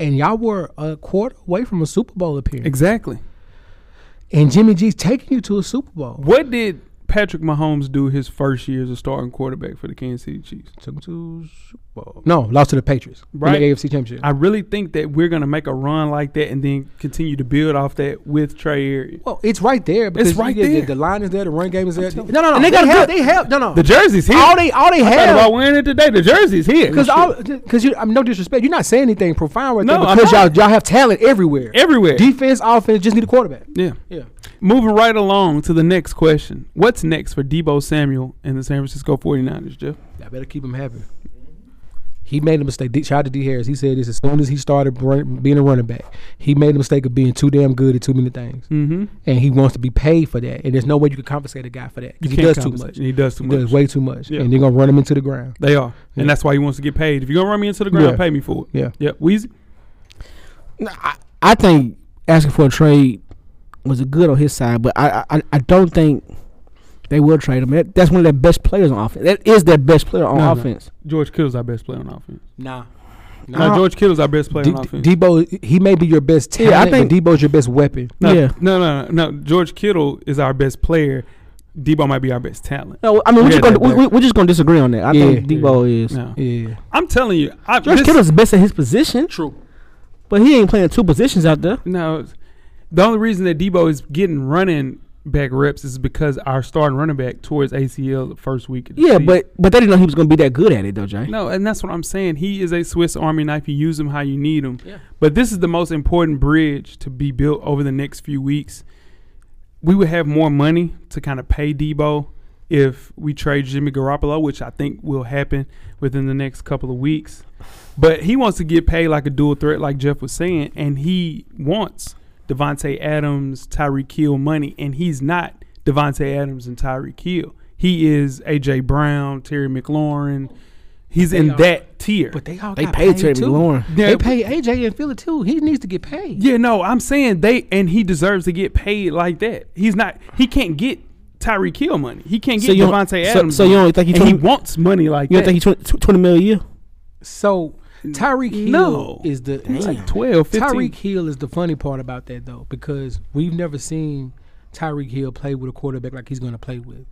Speaker 6: and y'all were a quarter away from a Super Bowl appearance,
Speaker 5: Exactly.
Speaker 6: and Jimmy G's taking you to a Super Bowl.
Speaker 5: What did Patrick Mahomes do his first year as a starting quarterback for the Kansas City Chiefs?
Speaker 6: Took him to Super Bowl. No, lost to the Patriots
Speaker 5: Right.
Speaker 6: in the AFC Championship.
Speaker 5: I really think that we're gonna make a run like that and then continue to build off that with Trey Area.
Speaker 6: well, it's right there. Because
Speaker 5: right
Speaker 6: the- the-
Speaker 5: there.
Speaker 6: The, line is there. The run game is there. No,
Speaker 5: telling
Speaker 6: no, no.
Speaker 7: And they
Speaker 6: they,
Speaker 7: got a
Speaker 6: have.
Speaker 7: good-
Speaker 6: They have. No, no.
Speaker 5: The jersey's here.
Speaker 6: all they, all they
Speaker 5: I thought
Speaker 6: have.
Speaker 5: about wearing it today. The jersey's here.
Speaker 6: Because all, because you, I mean, no disrespect, you're not saying anything profound right
Speaker 5: No,
Speaker 6: there.
Speaker 5: I'm
Speaker 6: Because y'all,
Speaker 5: not.
Speaker 6: y'all have talent everywhere.
Speaker 5: Everywhere.
Speaker 6: Defense, offense, just need a quarterback.
Speaker 5: yeah.
Speaker 6: Yeah.
Speaker 5: Moving right along to the next question. What's next for Debo Samuel and the San Francisco 49ers, Jeff?
Speaker 6: I better keep him happy. He made a mistake. D- Shout out to D Harris. He said this as soon as he started run, being a running back. He made the mistake of being too damn good at too many things,
Speaker 5: Mm-hmm.
Speaker 6: and he wants to be paid for that. And there's no way you can compensate a guy for that. 'cause He
Speaker 5: can't
Speaker 6: does too
Speaker 5: compensate.
Speaker 6: much.
Speaker 5: He does too
Speaker 6: He
Speaker 5: much.
Speaker 6: does way too much,
Speaker 5: Yeah.
Speaker 6: and they're gonna run him into the ground.
Speaker 5: They are.
Speaker 6: Yeah.
Speaker 5: And that's why he wants to get paid. If you're going to run me into the ground,
Speaker 6: Yeah.
Speaker 5: pay me for it.
Speaker 6: Yeah.
Speaker 5: Yep. Weezy?
Speaker 7: I, I think asking for a trade was a good on his side, but I I, I don't think they will trade him. That, that's one of their best players on offense. That is their best player on
Speaker 5: No, no.
Speaker 7: offense.
Speaker 5: George Kittle's our best player on offense.
Speaker 6: Nah.
Speaker 5: No, George Kittle's our best player
Speaker 6: D-
Speaker 5: on offense.
Speaker 6: D- Debo, he may be your best
Speaker 7: Yeah, I
Speaker 6: talent,
Speaker 7: think-
Speaker 6: but Debo's your best weapon.
Speaker 5: no,
Speaker 7: yeah.
Speaker 5: no, no, no, no. George Kittle is our best player. Debo might be our best talent.
Speaker 7: No, I mean
Speaker 5: We
Speaker 7: we're just,
Speaker 5: had
Speaker 7: gonna,
Speaker 5: that
Speaker 7: we, we- we're just gonna disagree on that. I think
Speaker 6: Yeah.
Speaker 7: Debo is.
Speaker 5: No.
Speaker 6: Yeah.
Speaker 5: I'm telling you, I,
Speaker 7: George
Speaker 5: this-
Speaker 7: Kittle's best at his position,
Speaker 6: True.
Speaker 7: but he ain't playing two positions out there.
Speaker 5: No, it's- the only reason that Debo is getting running back reps is because our starting running back towards ACL the first week. Of the
Speaker 7: Yeah,
Speaker 5: season.
Speaker 7: but but they didn't know he was gonna be that good at it though, Jay.
Speaker 5: no, and that's what I'm saying. He is a Swiss Army knife. You use him how you need him.
Speaker 6: Yeah.
Speaker 5: But this is the most important bridge to be built over the next few weeks. We would have more money to kind of pay Debo if we trade Jimmy Garoppolo, which I think will happen within the next couple of weeks. But he wants to get paid like a dual threat, like Jeff was saying, and he wants Devonte Adams, Tyreek Hill money, and he's not Devonte Adams and Tyreek Hill. He is AJ Brown, Terry McLaurin. He's in
Speaker 6: are-
Speaker 5: that tier.
Speaker 6: But they all
Speaker 7: They
Speaker 6: got
Speaker 7: paid Terry
Speaker 6: too.
Speaker 7: McLaurin.
Speaker 5: Yeah.
Speaker 6: They paid AJ and Philly too. He needs to get paid.
Speaker 5: Yeah, no, I'm saying they and he deserves to get paid like that. He's not. He can't get Tyreek Hill money. He can't
Speaker 7: So
Speaker 5: get
Speaker 7: you don't-
Speaker 5: Devontae
Speaker 7: so-
Speaker 5: Adams.
Speaker 7: so you
Speaker 5: money.
Speaker 7: don't think he
Speaker 5: And he
Speaker 7: twenty-
Speaker 5: wants money like
Speaker 7: You don't
Speaker 5: that? Mm.
Speaker 7: think he 20, 20 million a year?
Speaker 6: So Tyreek Hill
Speaker 5: No.
Speaker 6: is the
Speaker 5: it's like 12, 15.
Speaker 6: Tyreek Hill is the funny part about that though, because we've never seen Tyreek Hill play with a quarterback like he's going to play with.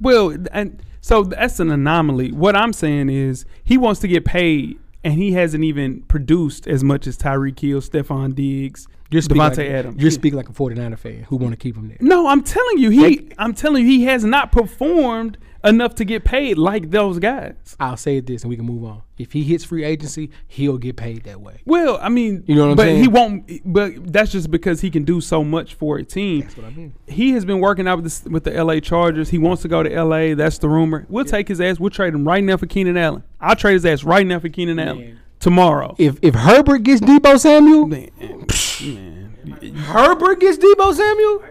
Speaker 5: Well, and so that's an anomaly. What I'm saying is he wants to get paid, and he hasn't even produced as much as Tyreek Hill, Stephon Diggs,
Speaker 6: speaking
Speaker 5: Devontae
Speaker 6: like,
Speaker 5: Adams.
Speaker 6: You're
Speaker 5: Yeah.
Speaker 6: speaking like a 49er fan who want to keep him there.
Speaker 5: No, I'm telling you, he. I'm telling you, he has not performed enough to get paid like those guys.
Speaker 6: I'll say this and we can move on. If he hits free agency, he'll get paid that way.
Speaker 5: Well, I mean,
Speaker 6: You know what I'm
Speaker 5: but
Speaker 6: saying?
Speaker 5: he won't. But that's just because he can do so much for a team. That's
Speaker 6: what I mean.
Speaker 5: He has been working out with this, with the L.A. Chargers. He wants to go to L.A. That's the rumor. We'll take his ass. We'll trade him right now for Keenan Allen. I'll trade his ass right now for Keenan Allen tomorrow.
Speaker 6: If if Herbert gets Debo Samuel,
Speaker 5: Man, man.
Speaker 6: Herbert gets Debo Samuel.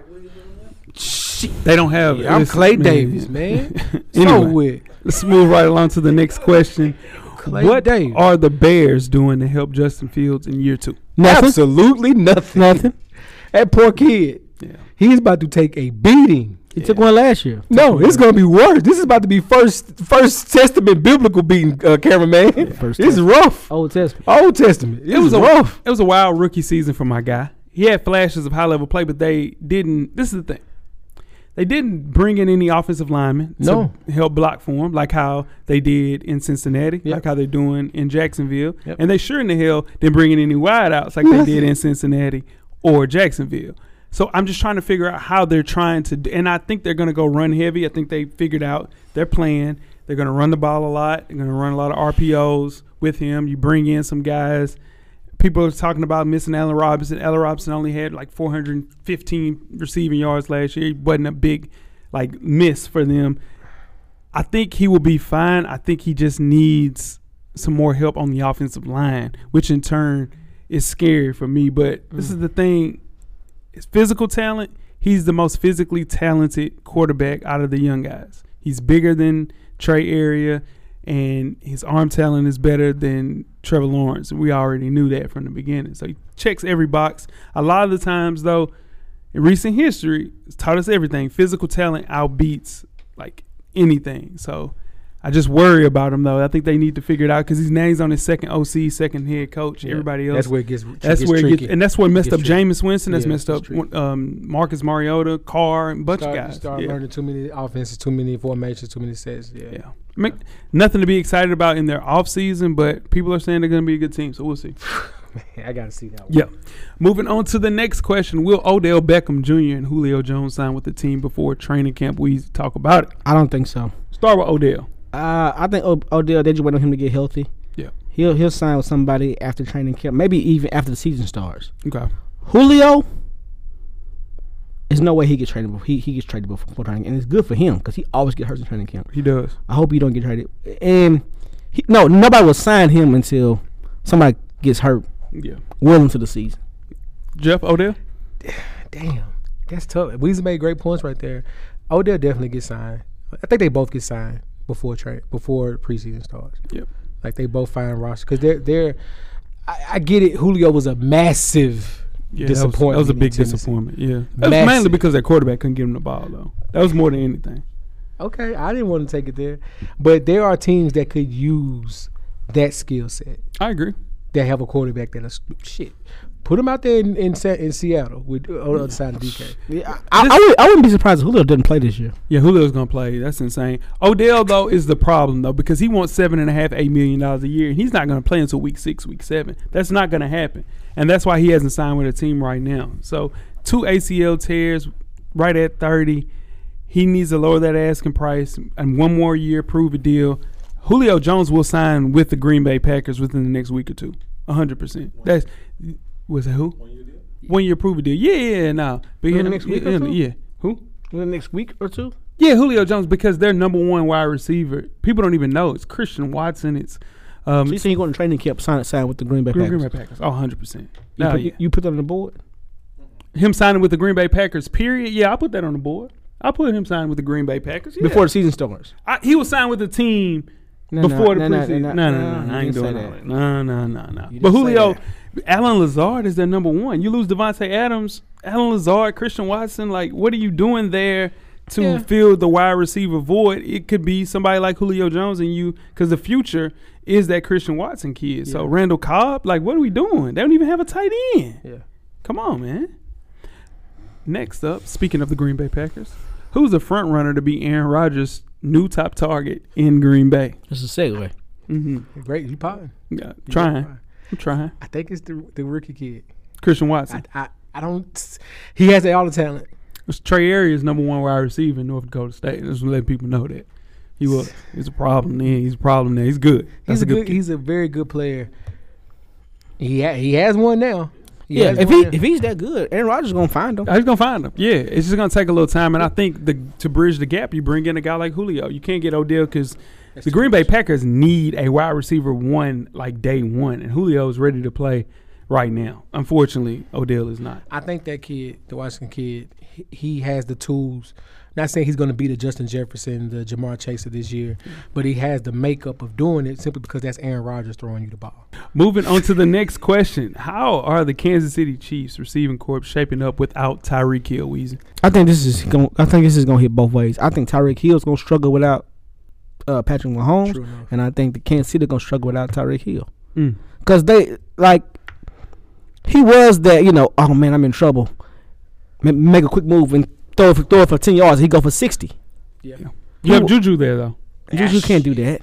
Speaker 5: they don't have.
Speaker 6: Yeah, I'm
Speaker 5: listen,
Speaker 6: Clay
Speaker 5: man.
Speaker 6: Davis, man. So
Speaker 5: Anyway.
Speaker 6: with
Speaker 5: Let's move right along to the next question.
Speaker 6: Clay
Speaker 5: what
Speaker 6: Davis.
Speaker 5: are the Bears doing to help Justin Fields in year two?
Speaker 7: Nothing.
Speaker 6: absolutely nothing.
Speaker 7: Nothing.
Speaker 6: That poor kid.
Speaker 5: Yeah.
Speaker 6: He's about to take a beating.
Speaker 7: He took one last year.
Speaker 6: No, it's gonna be worse. This is about to be first First Testament biblical beating, uh, cameraman.
Speaker 7: First
Speaker 6: it's
Speaker 7: Testament.
Speaker 6: rough.
Speaker 7: Old Testament.
Speaker 6: Old Testament. It, was
Speaker 5: a
Speaker 6: rough.
Speaker 5: It was a wild rookie season for my guy. He had flashes of high level play, but they didn't. This is the thing. They didn't bring in any offensive linemen to
Speaker 6: No.
Speaker 5: help block for him, like how they did in Cincinnati,
Speaker 6: Yep.
Speaker 5: like how they're doing in Jacksonville.
Speaker 6: Yep.
Speaker 5: And they sure in the hell didn't bring in any wideouts like they did in Cincinnati or Jacksonville. So I'm just trying to figure out how they're trying to, d- and I think they're going to go run heavy. I think they figured out their plan. They're going to run the ball a lot. They're going to run a lot of RPOs with him. You bring in some guys. People are talking about missing Allen Robinson. Allen Robinson only had like 415 receiving yards last year. He wasn't a big like miss for them. I think he will be fine. I think he just needs some more help on the offensive line, which in turn is scary for me. But this is the thing: it's physical talent. He's the most physically talented quarterback out of the young guys. He's bigger than Trey Area, and his arm talent is better than Trevor Lawrence. We already knew that from the beginning. So he checks every box. A lot of the times, though, in recent history, it's taught us everything. Physical talent outbeats like anything. So I just worry about him though. I think they need to figure it out because he's now he's on his second OC, second head coach. Everybody else.
Speaker 6: That's where it gets.
Speaker 5: That's
Speaker 6: gets
Speaker 5: where it
Speaker 6: tricky.
Speaker 5: gets, and that's what messed
Speaker 6: gets
Speaker 5: up
Speaker 6: tricky.
Speaker 5: Jameis Winston. That's
Speaker 6: Yeah,
Speaker 5: messed
Speaker 6: it's
Speaker 5: up
Speaker 6: tricky.
Speaker 5: um, Marcus Mariota, Carr, and a bunch
Speaker 6: start,
Speaker 5: of guys.
Speaker 6: Start
Speaker 5: yeah.
Speaker 6: learning too many offenses, too many formations, too many sets. Yeah.
Speaker 5: yeah. I mean, nothing to be excited about in their offseason, but people are saying they're going to be a good team, so we'll see.
Speaker 6: I gotta see that one.
Speaker 5: Yeah. Moving on to the next question. Will Odell Beckham Jr. and Julio Jones sign with the team before training camp? We talk about it.
Speaker 7: I don't think so.
Speaker 5: Start with Odell.
Speaker 7: Uh, I think o- Odell. They just wait on him to get healthy.
Speaker 5: Yeah.
Speaker 7: He'll he'll sign with somebody after training camp, maybe even after the season starts.
Speaker 5: Okay.
Speaker 7: Julio, there's no way he gets traded. Before, he he gets traded before, before training, camp, and it's good for him because he always get hurt in training camp.
Speaker 5: He does.
Speaker 7: I hope he don't get traded. And he, no, nobody will sign him until somebody gets hurt
Speaker 5: Yeah.
Speaker 7: well into the season.
Speaker 5: Jeff Odell?
Speaker 6: Damn, that's tough. Weezy made great points right there. Odell definitely gets signed. I think they both get signed before trade before preseason starts.
Speaker 5: Yep.
Speaker 6: Like they both find roster because they're they're. I, I get it. Julio was a massive
Speaker 5: Yeah, that was-
Speaker 6: disappointment.
Speaker 5: That was, a
Speaker 6: in
Speaker 5: big
Speaker 6: Tennessee.
Speaker 5: disappointment. Yeah. That was
Speaker 6: Massive.
Speaker 5: mainly because their quarterback couldn't give him the ball though. That was more than anything.
Speaker 6: Okay, I didn't want to take it there, but there are teams that could use that skill set.
Speaker 5: I agree.
Speaker 6: that have a quarterback that is shit. Put him out there in in, Se- in Seattle with uh, on the other side of DK.
Speaker 7: Yeah, I, I, would, I wouldn't be surprised if Julio didn't play this year.
Speaker 5: Yeah, Julio's gonna play. That's insane. Odell though is the problem though because he wants seven and a half, eight million dollars a year, and he's not gonna play until week six, week seven. That's not gonna happen, and that's why he hasn't signed with a team right now. So two ACL tears, right at thirty. He needs to lower that asking price and one more year, prove a deal. Julio Jones will sign with the Green Bay Packers within the next week or two. hundred percent. That's was it who? One year deal. One year prove a deal. Yeah, yeah, yeah, no. But
Speaker 7: Within
Speaker 5: yeah,
Speaker 7: the next week or
Speaker 5: yeah,
Speaker 7: two?
Speaker 5: yeah. Who?
Speaker 7: In the next week or two?
Speaker 5: Yeah, Julio Jones because their number one wide receiver. People don't even know it's Christian Watson. It's um,
Speaker 7: So you
Speaker 5: it's
Speaker 7: saying you're going to training camp, sign, sign with the Green Bay
Speaker 5: Green,
Speaker 7: Packers?
Speaker 5: Green Bay Packers. Oh, 100 percent.
Speaker 7: You,
Speaker 5: No,
Speaker 7: put,
Speaker 5: yeah.
Speaker 7: you put that on the board?
Speaker 5: him signing with the Green Bay Packers. Period. Yeah, I put that on the board. I put him signing with the Green Bay Packers yeah.
Speaker 7: Before the season starts.
Speaker 5: I, he was signed with the team
Speaker 7: No, no,
Speaker 5: before
Speaker 7: no,
Speaker 5: the
Speaker 7: no,
Speaker 5: preseason.
Speaker 7: no,
Speaker 5: No,
Speaker 7: no,
Speaker 5: no, no,
Speaker 7: no,
Speaker 5: no,
Speaker 7: you
Speaker 5: I ain't
Speaker 7: didn't
Speaker 5: doing
Speaker 7: say
Speaker 5: all
Speaker 7: that.
Speaker 5: that. No, no, no, no.
Speaker 7: You
Speaker 5: But
Speaker 7: didn't say
Speaker 5: Julio,
Speaker 7: that.
Speaker 5: Alan Lazard is their number one. You lose Devontae Adams, Alan Lazard, Christian Watson. Like, what are you doing there to
Speaker 6: Yeah.
Speaker 5: fill the wide receiver void? It could be somebody like Julio Jones and you, because the future is that Christian Watson kid. So Randall Cobb, like, what are we doing? They don't even have a tight end.
Speaker 6: Yeah.
Speaker 5: Come on, man. Next up, speaking of the Green Bay Packers, who's the front runner to be Aaron Rodgers' new top target in Green Bay?
Speaker 7: That's a segue.
Speaker 5: Mm-hmm.
Speaker 6: Great, you popping.
Speaker 5: Yeah, trying. I'm trying.
Speaker 6: I think it's the the rookie kid.
Speaker 5: Christian
Speaker 6: I
Speaker 5: Watson.
Speaker 6: I, I don't. He has all the talent.
Speaker 5: It's Trey Arias, number one wide receiver in North Dakota State. Just letting people know that. He was. He's a problem there. He's a problem there. He's good. That's
Speaker 6: He's a good.
Speaker 5: kid.
Speaker 6: He's a very good player. He ha- he has one now. He
Speaker 7: Yeah,
Speaker 6: has
Speaker 7: if
Speaker 6: one
Speaker 7: he
Speaker 6: now.
Speaker 7: if he's that good, Aaron Rodgers going to find him.
Speaker 5: I was gonna find him. Yeah, it's just gonna take a little time, and I think the to bridge the gap, you bring in a guy like Julio. You can't get Odell because the Green Bay Packers need a wide receiver one like day one, and Julio is ready to play right now. Unfortunately, Odell is not.
Speaker 6: I think that kid, the Washington kid, he, he has the tools. Not saying he's going to be the Justin Jefferson, the Jamar Chase of this year, but he has the makeup of doing it simply because that's Aaron Rodgers throwing you the ball.
Speaker 5: Moving on to the next question: How are the Kansas City Chiefs receiving corps shaping up without Tyreek Hill? Weezy?
Speaker 7: I think this is going. I think this is going to hit both ways. I think Tyreek Hill's going to struggle without uh, Patrick Mahomes,
Speaker 6: True enough.
Speaker 7: and I think the Kansas City going to struggle without Tyreek Hill
Speaker 5: Mm.
Speaker 7: because they like he was that you know. Oh man, I'm in trouble. Ma- Make a quick move and throw it for, throw it for ten yards. He go for sixty.
Speaker 5: You have
Speaker 7: Who-
Speaker 5: Juju there though.
Speaker 7: Juju can't do that.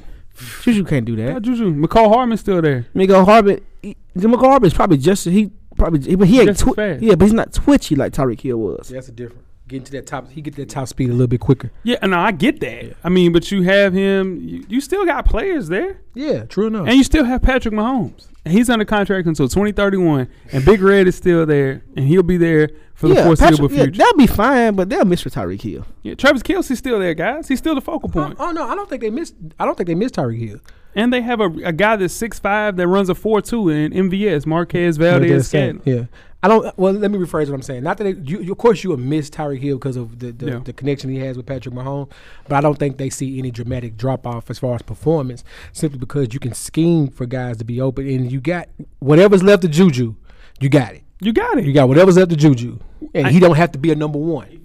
Speaker 7: Juju can't do
Speaker 5: Yeah,
Speaker 7: that.
Speaker 5: Juju. McCall Harbin's still there.
Speaker 7: Miko Harbin, Jim Harbin is probably just he probably, j- but he ain't
Speaker 5: just as
Speaker 7: twi-
Speaker 5: fast.
Speaker 7: yeah, but he's not twitchy like Tyreek Hill was.
Speaker 6: Yeah, that's a different. Getting to that top, he get that top speed a little bit quicker.
Speaker 5: Yeah, and I get that. I mean, but you have him. You, you still got players there,
Speaker 6: Yeah, true enough.
Speaker 5: and you still have Patrick Mahomes. And he's under contract until 2031, and Big Red is still there, and he'll be there for the
Speaker 7: yeah,
Speaker 5: foreseeable
Speaker 7: Patrick- yeah,
Speaker 5: future.
Speaker 7: that'll be fine, but they'll miss for Tyreek Hill.
Speaker 5: Yeah, Travis Kelsey's still there, guys. He's still the focal
Speaker 6: oh,
Speaker 5: point.
Speaker 6: oh, no, I don't think they missed. I don't think they missed Tyreek Hill.
Speaker 5: And they have a, a guy that's six five that runs a four two in MVS, Marquez
Speaker 6: Yeah,
Speaker 5: Valdez
Speaker 6: that's saying-
Speaker 5: Scantling.
Speaker 6: Yeah. I don't. Well, let me rephrase what I'm saying. Not that it, you, you- of course, you would miss Tyreek Hill because of the, the,
Speaker 5: Yeah.
Speaker 6: the connection he has with Patrick Mahomes, but I don't think they see any dramatic drop off as far as performance simply because you can scheme for guys to be open and you got whatever's left of Juju, you got it.
Speaker 5: You got it.
Speaker 6: You got whatever's left of Juju, and he don't have to be a number one.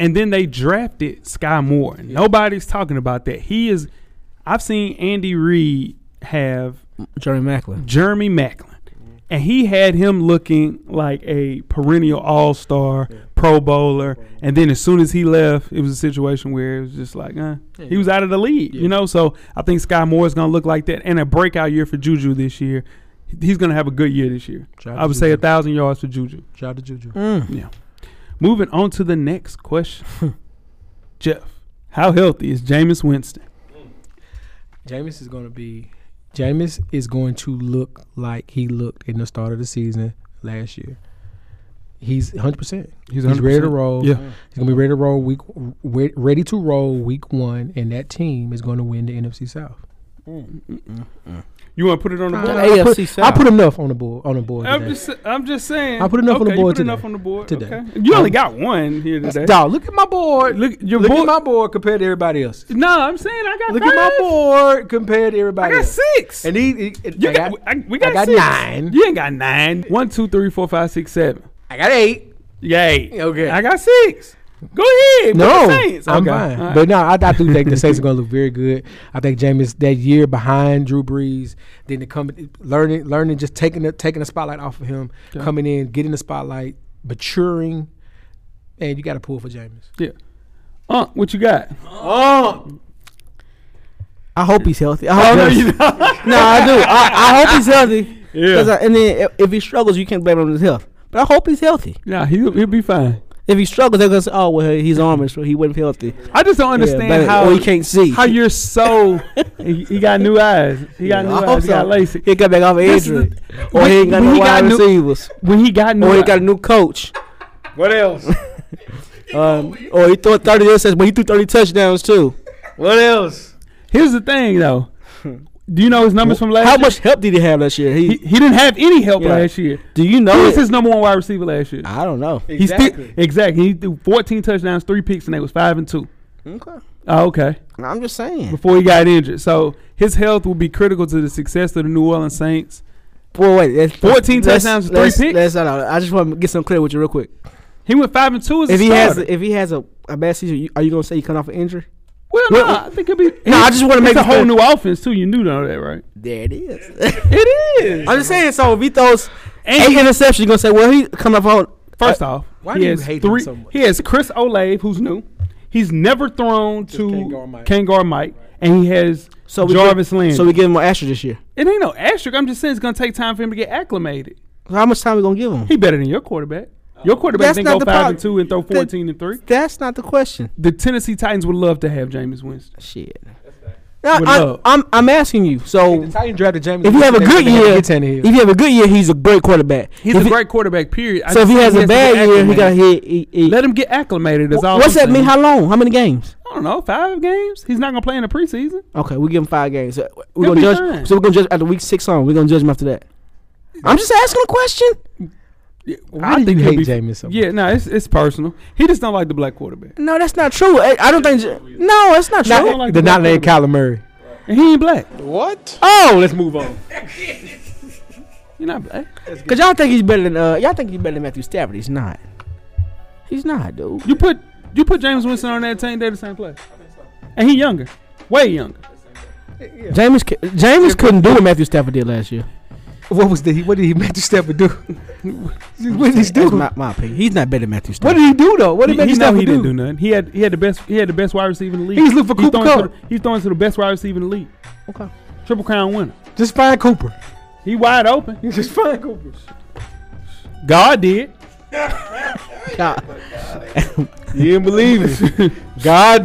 Speaker 5: and then they drafted Sky Moore. Nobody's talking about that. He is. I've seen Andy Reid have
Speaker 7: Jerry Macklin.
Speaker 5: Jeremy Macklin, and he had him looking like a perennial All Star, Pro Bowler. And then as soon as he left, it was a situation where it was just like, uh, he was out of the league, you know. So I think Sky Moore is going to look like that, and a breakout year for Juju this year. He's going to have a good year this year.
Speaker 6: Shout out
Speaker 5: I would
Speaker 6: to
Speaker 5: say a
Speaker 6: Juju.
Speaker 5: thousand yards for Juju.
Speaker 6: Shout out to Juju.
Speaker 5: Yeah. Moving on to the next question. Jeff, how healthy is Jameis Winston?
Speaker 6: Jameis is going to be. Jameis is going to look like he looked in the start of the season last year. He's 100. percent He's, ready to
Speaker 5: 100%.
Speaker 6: roll.
Speaker 5: Yeah.
Speaker 6: He's going to be ready to roll week. re- Ready to roll week one, and that team is going to win the NFC South.
Speaker 5: You want to put it
Speaker 6: Uh,
Speaker 5: on the board?
Speaker 7: Nah, AFC
Speaker 6: put, I
Speaker 7: South.
Speaker 6: put enough on the board. On the board.
Speaker 5: I'm
Speaker 6: today.
Speaker 5: just, I'm just saying.
Speaker 6: I put enough on the
Speaker 5: Okay, you
Speaker 6: board
Speaker 5: put
Speaker 6: today.
Speaker 5: enough on the board
Speaker 6: Today.
Speaker 5: Okay. You only got one here today.
Speaker 6: Dog, look at my board.
Speaker 5: Look, your
Speaker 6: Look
Speaker 5: board.
Speaker 6: at my board compared to everybody else.
Speaker 5: no, I'm saying I got.
Speaker 6: Look at my
Speaker 5: five.
Speaker 6: board compared to everybody
Speaker 5: I got
Speaker 6: else.
Speaker 5: six.
Speaker 6: And he, he-
Speaker 5: you
Speaker 6: I
Speaker 5: got,
Speaker 6: got,
Speaker 5: I, we got,
Speaker 6: I got
Speaker 5: six.
Speaker 6: nine.
Speaker 5: You ain't got nine. One, two, three, four, five, six, seven.
Speaker 6: I got eight.
Speaker 5: Yay.
Speaker 6: Okay.
Speaker 5: I got six. Go ahead. put
Speaker 6: No,
Speaker 5: the Saints.
Speaker 6: I'm
Speaker 5: Okay,
Speaker 6: fine.
Speaker 5: all right.
Speaker 6: But no, I, I do think the Saints are going to look very good. I think Jameis that year behind Drew Brees, then to come learning, learning, just taking the taking the spotlight off of him, coming in, getting the spotlight, maturing, and you got to pull for Jameis.
Speaker 5: yeah. Uh, what you got?
Speaker 7: I hope he's healthy. I
Speaker 5: Oh,
Speaker 7: hope he's- no, I do. I, I hope he's healthy.
Speaker 5: Yeah.
Speaker 7: 'Cause I- and then if, if he struggles, you can't blame him on his health. But I hope he's healthy.
Speaker 5: Nah, he'll, he'll be fine.
Speaker 7: If he struggles, they're gonna say, "Oh, well, his arm is so he wasn't healthy."
Speaker 5: I just don't understand
Speaker 7: but-
Speaker 5: how
Speaker 6: oh,
Speaker 7: or he can't see.
Speaker 5: How you're so he, he got new eyes. He got new
Speaker 7: I hope
Speaker 5: eyes. He got LASIK.
Speaker 7: He got back off of
Speaker 5: This is
Speaker 7: injury,
Speaker 5: the-
Speaker 7: or
Speaker 5: when-
Speaker 7: he ain't got
Speaker 5: when
Speaker 7: no
Speaker 5: he got
Speaker 7: wide
Speaker 5: new-
Speaker 7: receivers,
Speaker 5: When he got new,
Speaker 7: or he
Speaker 5: eyes-
Speaker 7: got a new coach,
Speaker 5: what else?
Speaker 7: um, or he threw thirty touchdowns, but he threw thirty touchdowns too.
Speaker 6: What else?
Speaker 5: Here's the thing, though. Do you know his numbers from last?
Speaker 7: How
Speaker 5: year?
Speaker 7: much help did he have last year?
Speaker 5: He,
Speaker 7: He,
Speaker 5: he didn't have any help
Speaker 7: Yeah. Ah,
Speaker 5: last year.
Speaker 7: do you
Speaker 5: Who
Speaker 7: know?
Speaker 5: was
Speaker 7: it?
Speaker 5: his number one wide receiver last year?
Speaker 7: I don't know.
Speaker 5: He still exactly. He threw 14 touchdowns, three picks, and they was five and two.
Speaker 7: Okay.
Speaker 5: Oh, okay.
Speaker 7: I'm just saying.
Speaker 5: Before he got injured, so his health will be critical to the success of the New Orleans Saints.
Speaker 7: Well, wait, that's
Speaker 5: 14 touchdowns, three
Speaker 7: let's-
Speaker 5: picks?
Speaker 7: let's- I don't know. I just want to get some clear with you real quick.
Speaker 5: He went five and two as
Speaker 7: If
Speaker 5: a
Speaker 7: he has,
Speaker 5: starter.
Speaker 7: if he has a, a bad season, you, are you gonna say he come off an injury?
Speaker 5: well, no, I think it'll be.
Speaker 7: No, I just wanna make
Speaker 5: it's a
Speaker 7: it
Speaker 5: whole
Speaker 7: clear.
Speaker 5: new offense too. You knew know that, right?
Speaker 7: There it is.
Speaker 5: It is.
Speaker 7: I'm just saying. So if he throws
Speaker 5: And
Speaker 7: eight
Speaker 5: he-
Speaker 7: interceptions, you gonna say, well, he come off on
Speaker 5: First off,
Speaker 6: Uh, why
Speaker 5: he
Speaker 6: do you
Speaker 5: has
Speaker 6: hate him
Speaker 5: three,
Speaker 6: so much?
Speaker 5: He has Chris Olave, who's new. He's never thrown to
Speaker 6: can't guard Mike.
Speaker 5: Kangar Mike, and he has
Speaker 7: so we
Speaker 5: Jarvis
Speaker 7: give,
Speaker 5: Landry.
Speaker 7: So we give him an extra this year.
Speaker 5: it ain't no asterisk. I'm just saying it's gonna take time for him to get acclimated.
Speaker 7: How much time we gonna give him?
Speaker 5: He better than your quarterback. Your quarterback
Speaker 7: That's
Speaker 5: didn't
Speaker 7: not
Speaker 5: go
Speaker 7: the
Speaker 5: five
Speaker 7: problem.
Speaker 5: and two and throw
Speaker 7: The-
Speaker 5: fourteen and three.
Speaker 7: That's not the question.
Speaker 5: The Tennessee Titans would love to have Jameis Winston.
Speaker 7: Shit. Now,
Speaker 5: With
Speaker 7: I,
Speaker 5: love.
Speaker 7: I'm I'm asking you. So
Speaker 6: The Titans drafted Jameis.
Speaker 7: if you have a
Speaker 6: They
Speaker 7: good
Speaker 6: think they
Speaker 7: year,
Speaker 6: can
Speaker 7: if
Speaker 6: get Tannehill.
Speaker 7: you have a good year, he's a great quarterback.
Speaker 5: He's
Speaker 7: If
Speaker 5: a
Speaker 7: he-
Speaker 5: great quarterback. Period. I
Speaker 7: So if
Speaker 5: just
Speaker 7: he
Speaker 5: think
Speaker 7: has a
Speaker 5: to get
Speaker 7: bad year, he got
Speaker 5: acclimated.
Speaker 7: hit. He, he,
Speaker 5: let him get acclimated. Is all.
Speaker 7: What's
Speaker 5: I'm
Speaker 7: that
Speaker 5: saying.
Speaker 7: mean? How long? How many games?
Speaker 5: I don't know. Five games. He's not gonna play in the preseason.
Speaker 7: Okay, we give him five games. So we're
Speaker 5: He'll
Speaker 7: gonna
Speaker 5: be
Speaker 7: judge.
Speaker 5: fine.
Speaker 7: So we're gonna judge after week six on. We're gonna judge him after that. I'm just asking a question.
Speaker 6: Why do you
Speaker 5: he'll
Speaker 6: hate
Speaker 5: be-
Speaker 6: Jameis so much?
Speaker 5: Yeah, no, it's it's personal. He just don't like the black quarterback.
Speaker 7: No, that's not true. I, I don't think. No, that's not
Speaker 5: Not-
Speaker 7: true.
Speaker 5: like the
Speaker 6: the not
Speaker 5: Broncos.
Speaker 6: named Kyler Murray.
Speaker 5: And he ain't black.
Speaker 7: Oh, let's move on.
Speaker 5: You're not black.
Speaker 7: Cause y'all think he's better than uh, y'all think he's better than Matthew Stafford. He's not. He's not, dude.
Speaker 5: You put you put James Winston on that team, they're the same player. And he younger. Way younger.
Speaker 7: James James couldn't do what Matthew Stafford did last year.
Speaker 6: What was the? What did he Matthew Stafford do? what did he do?
Speaker 7: That's my, my opinion. He's not better than Matthew
Speaker 6: what
Speaker 7: Stafford.
Speaker 6: did he do though? What
Speaker 5: He,
Speaker 6: did
Speaker 5: he
Speaker 6: Matthew
Speaker 5: know
Speaker 6: Stafford
Speaker 5: he
Speaker 6: do?
Speaker 5: didn't do nothing. He had he had the best he had the best wide receiver in the league.
Speaker 6: He's looking for Cooper
Speaker 5: throwing to
Speaker 6: Cup.
Speaker 5: the- He's throwing to the best wide receiver in the league.
Speaker 7: Okay.
Speaker 5: Triple crown winner.
Speaker 6: Just find Cooper.
Speaker 5: He wide open.
Speaker 6: Just find Cooper.
Speaker 5: God did.
Speaker 6: You didn't believe me. God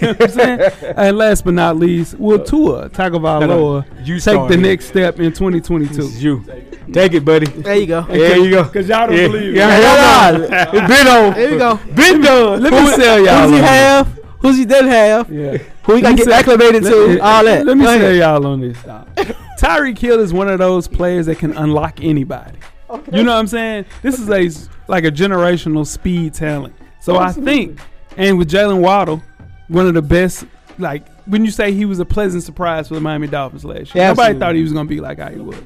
Speaker 5: You know what I'm saying? and last but not least, will Tua Tagovailoa
Speaker 6: You
Speaker 5: take the
Speaker 6: started.
Speaker 5: next step in 2022?
Speaker 6: It's you. Take it, buddy.
Speaker 7: There you go.
Speaker 6: There you go.
Speaker 5: Because y'all don't
Speaker 6: Yeah.
Speaker 5: believe
Speaker 6: Yeah,
Speaker 5: it.
Speaker 6: hell no. It's been on.
Speaker 7: There you go.
Speaker 6: Been done.
Speaker 5: Let me tell y'all. on
Speaker 7: Who's he
Speaker 5: this.
Speaker 7: have? Who's he doesn't have?
Speaker 5: Yeah.
Speaker 7: Who he got to
Speaker 5: me
Speaker 7: get
Speaker 5: say-
Speaker 7: acclimated to?
Speaker 5: let-
Speaker 7: All that.
Speaker 5: Let me
Speaker 7: Go
Speaker 5: tell
Speaker 7: ahead.
Speaker 5: y'all on this. dog. Tyreek Hill is one of those players that can unlock anybody. You know what I'm saying? This is a s- like a generational speed talent. So I think, and with Jalen Waddle, one of the best. Like when you say he was a pleasant surprise for the Miami Dolphins last year,
Speaker 6: Yeah,
Speaker 5: nobody
Speaker 6: absolutely.
Speaker 5: thought he was going to be like how he was.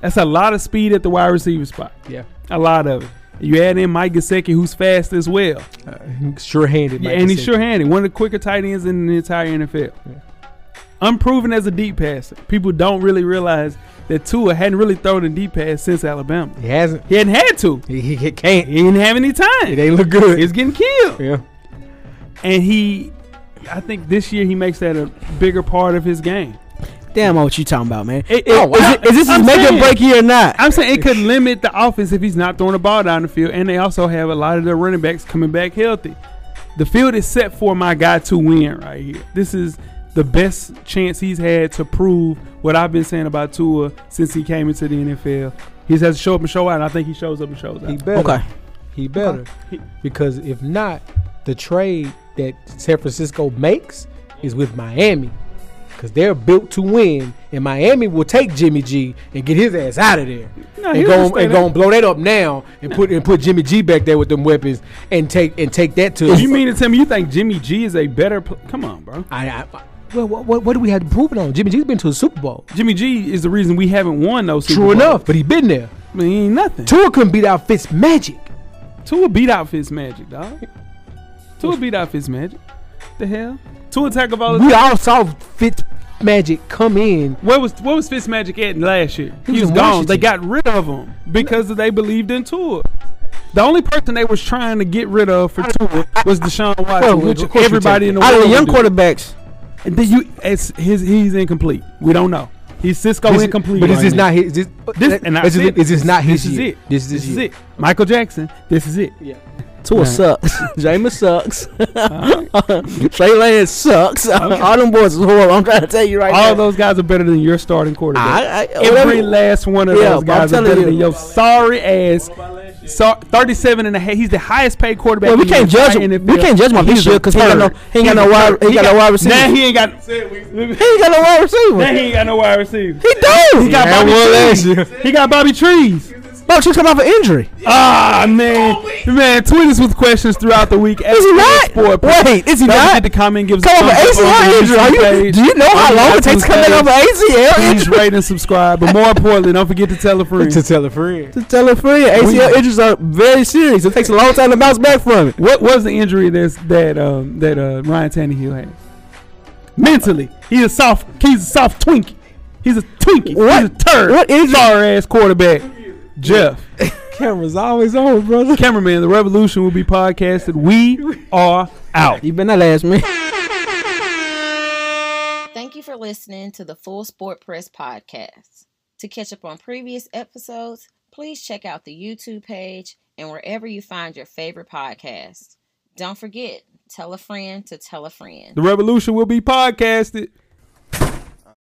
Speaker 5: That's a lot of speed at the wide receiver spot.
Speaker 6: Yeah.
Speaker 5: A lot of it. You add in Mike Gesicki, who's fast as well.
Speaker 6: Sure handed.
Speaker 5: Yeah, and he's sure-handed. One of the quicker tight ends in the entire NFL. Unproven as a deep passer. People don't really realize that Tua hadn't really thrown a deep pass since Alabama.
Speaker 6: He hasn't.
Speaker 5: He hadn't had to.
Speaker 6: He, he, he can't.
Speaker 5: He didn't have any
Speaker 6: It
Speaker 5: time.
Speaker 6: ain't look good.
Speaker 5: He's getting killed.
Speaker 6: yeah.
Speaker 5: And he, I think this year he makes that a bigger part of his game.
Speaker 7: Damn, what you talking about, man?
Speaker 5: It-
Speaker 7: Oh,
Speaker 5: it-
Speaker 7: is, it, is this
Speaker 5: I'm
Speaker 7: his make or
Speaker 5: saying-
Speaker 7: break year or not?
Speaker 5: I'm saying it could limit the offense if he's not throwing the ball down the field, and they also have a lot of their running backs coming back healthy. The field is set for my guy to win right here. This is the best chance he's had to prove what I've been saying about Tua since he came into the NFL. He just has to show up and show out, and I think he shows up and shows
Speaker 6: He
Speaker 5: out.
Speaker 6: better.
Speaker 7: Okay.
Speaker 6: He better. Because if not, the trade that San Francisco makes is with Miami. Because they're built to win. And Miami will take Jimmy G and get his ass out of there.
Speaker 5: No,
Speaker 6: and
Speaker 5: he'll
Speaker 6: go
Speaker 5: just stay
Speaker 6: and
Speaker 5: there.
Speaker 6: go and blow that up now and put and put Jimmy G back there with them weapons and take and take that to
Speaker 5: You mean to tell me you think Jimmy G is a better? Pl- Come on, bro.
Speaker 6: I, I, I- well, what, what, what do we have to prove it on? Jimmy G's been to a Super Bowl.
Speaker 5: Jimmy G is the reason we haven't won those. Super
Speaker 6: True
Speaker 5: Bowls.
Speaker 6: enough, but he been there.
Speaker 5: I mean, he ain't nothing.
Speaker 6: Tua couldn't beat out Fitz Magic.
Speaker 5: Tua beat out Fitzmagic, dog. Tua beat out Fitzmagic. The hell? Tua
Speaker 6: We
Speaker 5: Tagovailoa.
Speaker 6: all saw Fitz Magic come in.
Speaker 5: Where was what was Fitzmagic at last year? He,
Speaker 6: was
Speaker 5: was,
Speaker 6: in
Speaker 5: gone. They
Speaker 6: Washington.
Speaker 5: got rid of him because they believed in Tua. The only person they was trying to get rid of for Tua was Deshaun Watson,
Speaker 6: Well,
Speaker 5: which
Speaker 6: of course you
Speaker 5: everybody
Speaker 6: take
Speaker 5: in the
Speaker 7: Out
Speaker 5: world
Speaker 7: of the young
Speaker 5: would do.
Speaker 7: quarterbacks,
Speaker 5: And then you, it's his, he's incomplete. We don't know. He's Cisco
Speaker 6: This is-
Speaker 5: incomplete.
Speaker 6: But this
Speaker 5: right
Speaker 6: is
Speaker 5: now.
Speaker 6: not his. This,
Speaker 5: This, and I
Speaker 6: this is,
Speaker 5: said
Speaker 6: is this not his
Speaker 5: This
Speaker 6: year.
Speaker 5: is it.
Speaker 6: This is his year.
Speaker 5: it. Michael Jackson. This is it.
Speaker 7: Tua sucks. Jameis sucks. Trey Lance sucks. All them boys is horrible. I'm trying to tell you right now.
Speaker 5: All those guys are better than your starting quarterback.
Speaker 7: I- I-
Speaker 5: Every
Speaker 7: whatever-
Speaker 5: last one of
Speaker 7: Yeah,
Speaker 5: those
Speaker 7: but I'm
Speaker 5: guys are
Speaker 7: telling
Speaker 5: better
Speaker 7: you.
Speaker 5: than your sorry ass. So, 37 and a half. He's the highest paid quarterback.
Speaker 7: Well, we
Speaker 5: in the
Speaker 7: can't
Speaker 5: entire
Speaker 7: judge him.
Speaker 5: NFL.
Speaker 7: We can't judge him on this
Speaker 5: He's a
Speaker 7: year because he ain't got no,
Speaker 5: turd.
Speaker 7: he ain't
Speaker 5: He's
Speaker 7: got no
Speaker 5: a
Speaker 7: wide,
Speaker 5: turd.
Speaker 7: he got no wide receiver.
Speaker 5: Now
Speaker 7: He
Speaker 5: he ain't got.
Speaker 7: ain't got no wide receiver.
Speaker 5: Now he ain't got no wide receiver.
Speaker 7: He do.
Speaker 5: He got
Speaker 6: Yeah,
Speaker 5: Bobby
Speaker 6: well, that's-
Speaker 5: Trees. He got Bobby Trees.
Speaker 7: Bro, she's come off an injury.
Speaker 5: Ah man, man, tweet us with questions througrout the week.
Speaker 7: Is he not?
Speaker 5: Sport.
Speaker 7: Wait, is he
Speaker 5: Don't forget
Speaker 7: not?
Speaker 5: to comment, give us
Speaker 7: Come
Speaker 5: a
Speaker 7: off an
Speaker 5: thumbs up on the
Speaker 7: ACL injury. Are
Speaker 5: YouTube
Speaker 7: you,
Speaker 5: page.
Speaker 7: do you know how
Speaker 5: On
Speaker 7: long
Speaker 5: iTunes
Speaker 7: it takes to come back
Speaker 5: page.
Speaker 7: off an ACL
Speaker 5: Please
Speaker 7: injury?
Speaker 5: rate and subscribe. But more importantly, don't forget to tell a friend.
Speaker 6: To tell a friend.
Speaker 7: Tell a friend, ACL injuries are very serious. It takes a long time to bounce back from it.
Speaker 5: What was the injury that's, that um, that uh, Ryan Tannehill had? Mentally, he's a soft. He's a soft twinkie. He's a twinkie.
Speaker 7: What-
Speaker 5: He's a turd.
Speaker 7: what injury-
Speaker 5: Sorry ass quarterback. Jeff,
Speaker 6: Camera's always on, brother.
Speaker 5: cameraman, the revolution will be podcasted. We are out.
Speaker 7: You better not last, man.
Speaker 4: Thank you for listening to the Full Sport Press podcast. To catch up on previous episodes, please check out the YouTube page and wherever you find your favorite podcast. Don't forget, tell a friend to tell a friend.
Speaker 5: The revolution will be podcasted.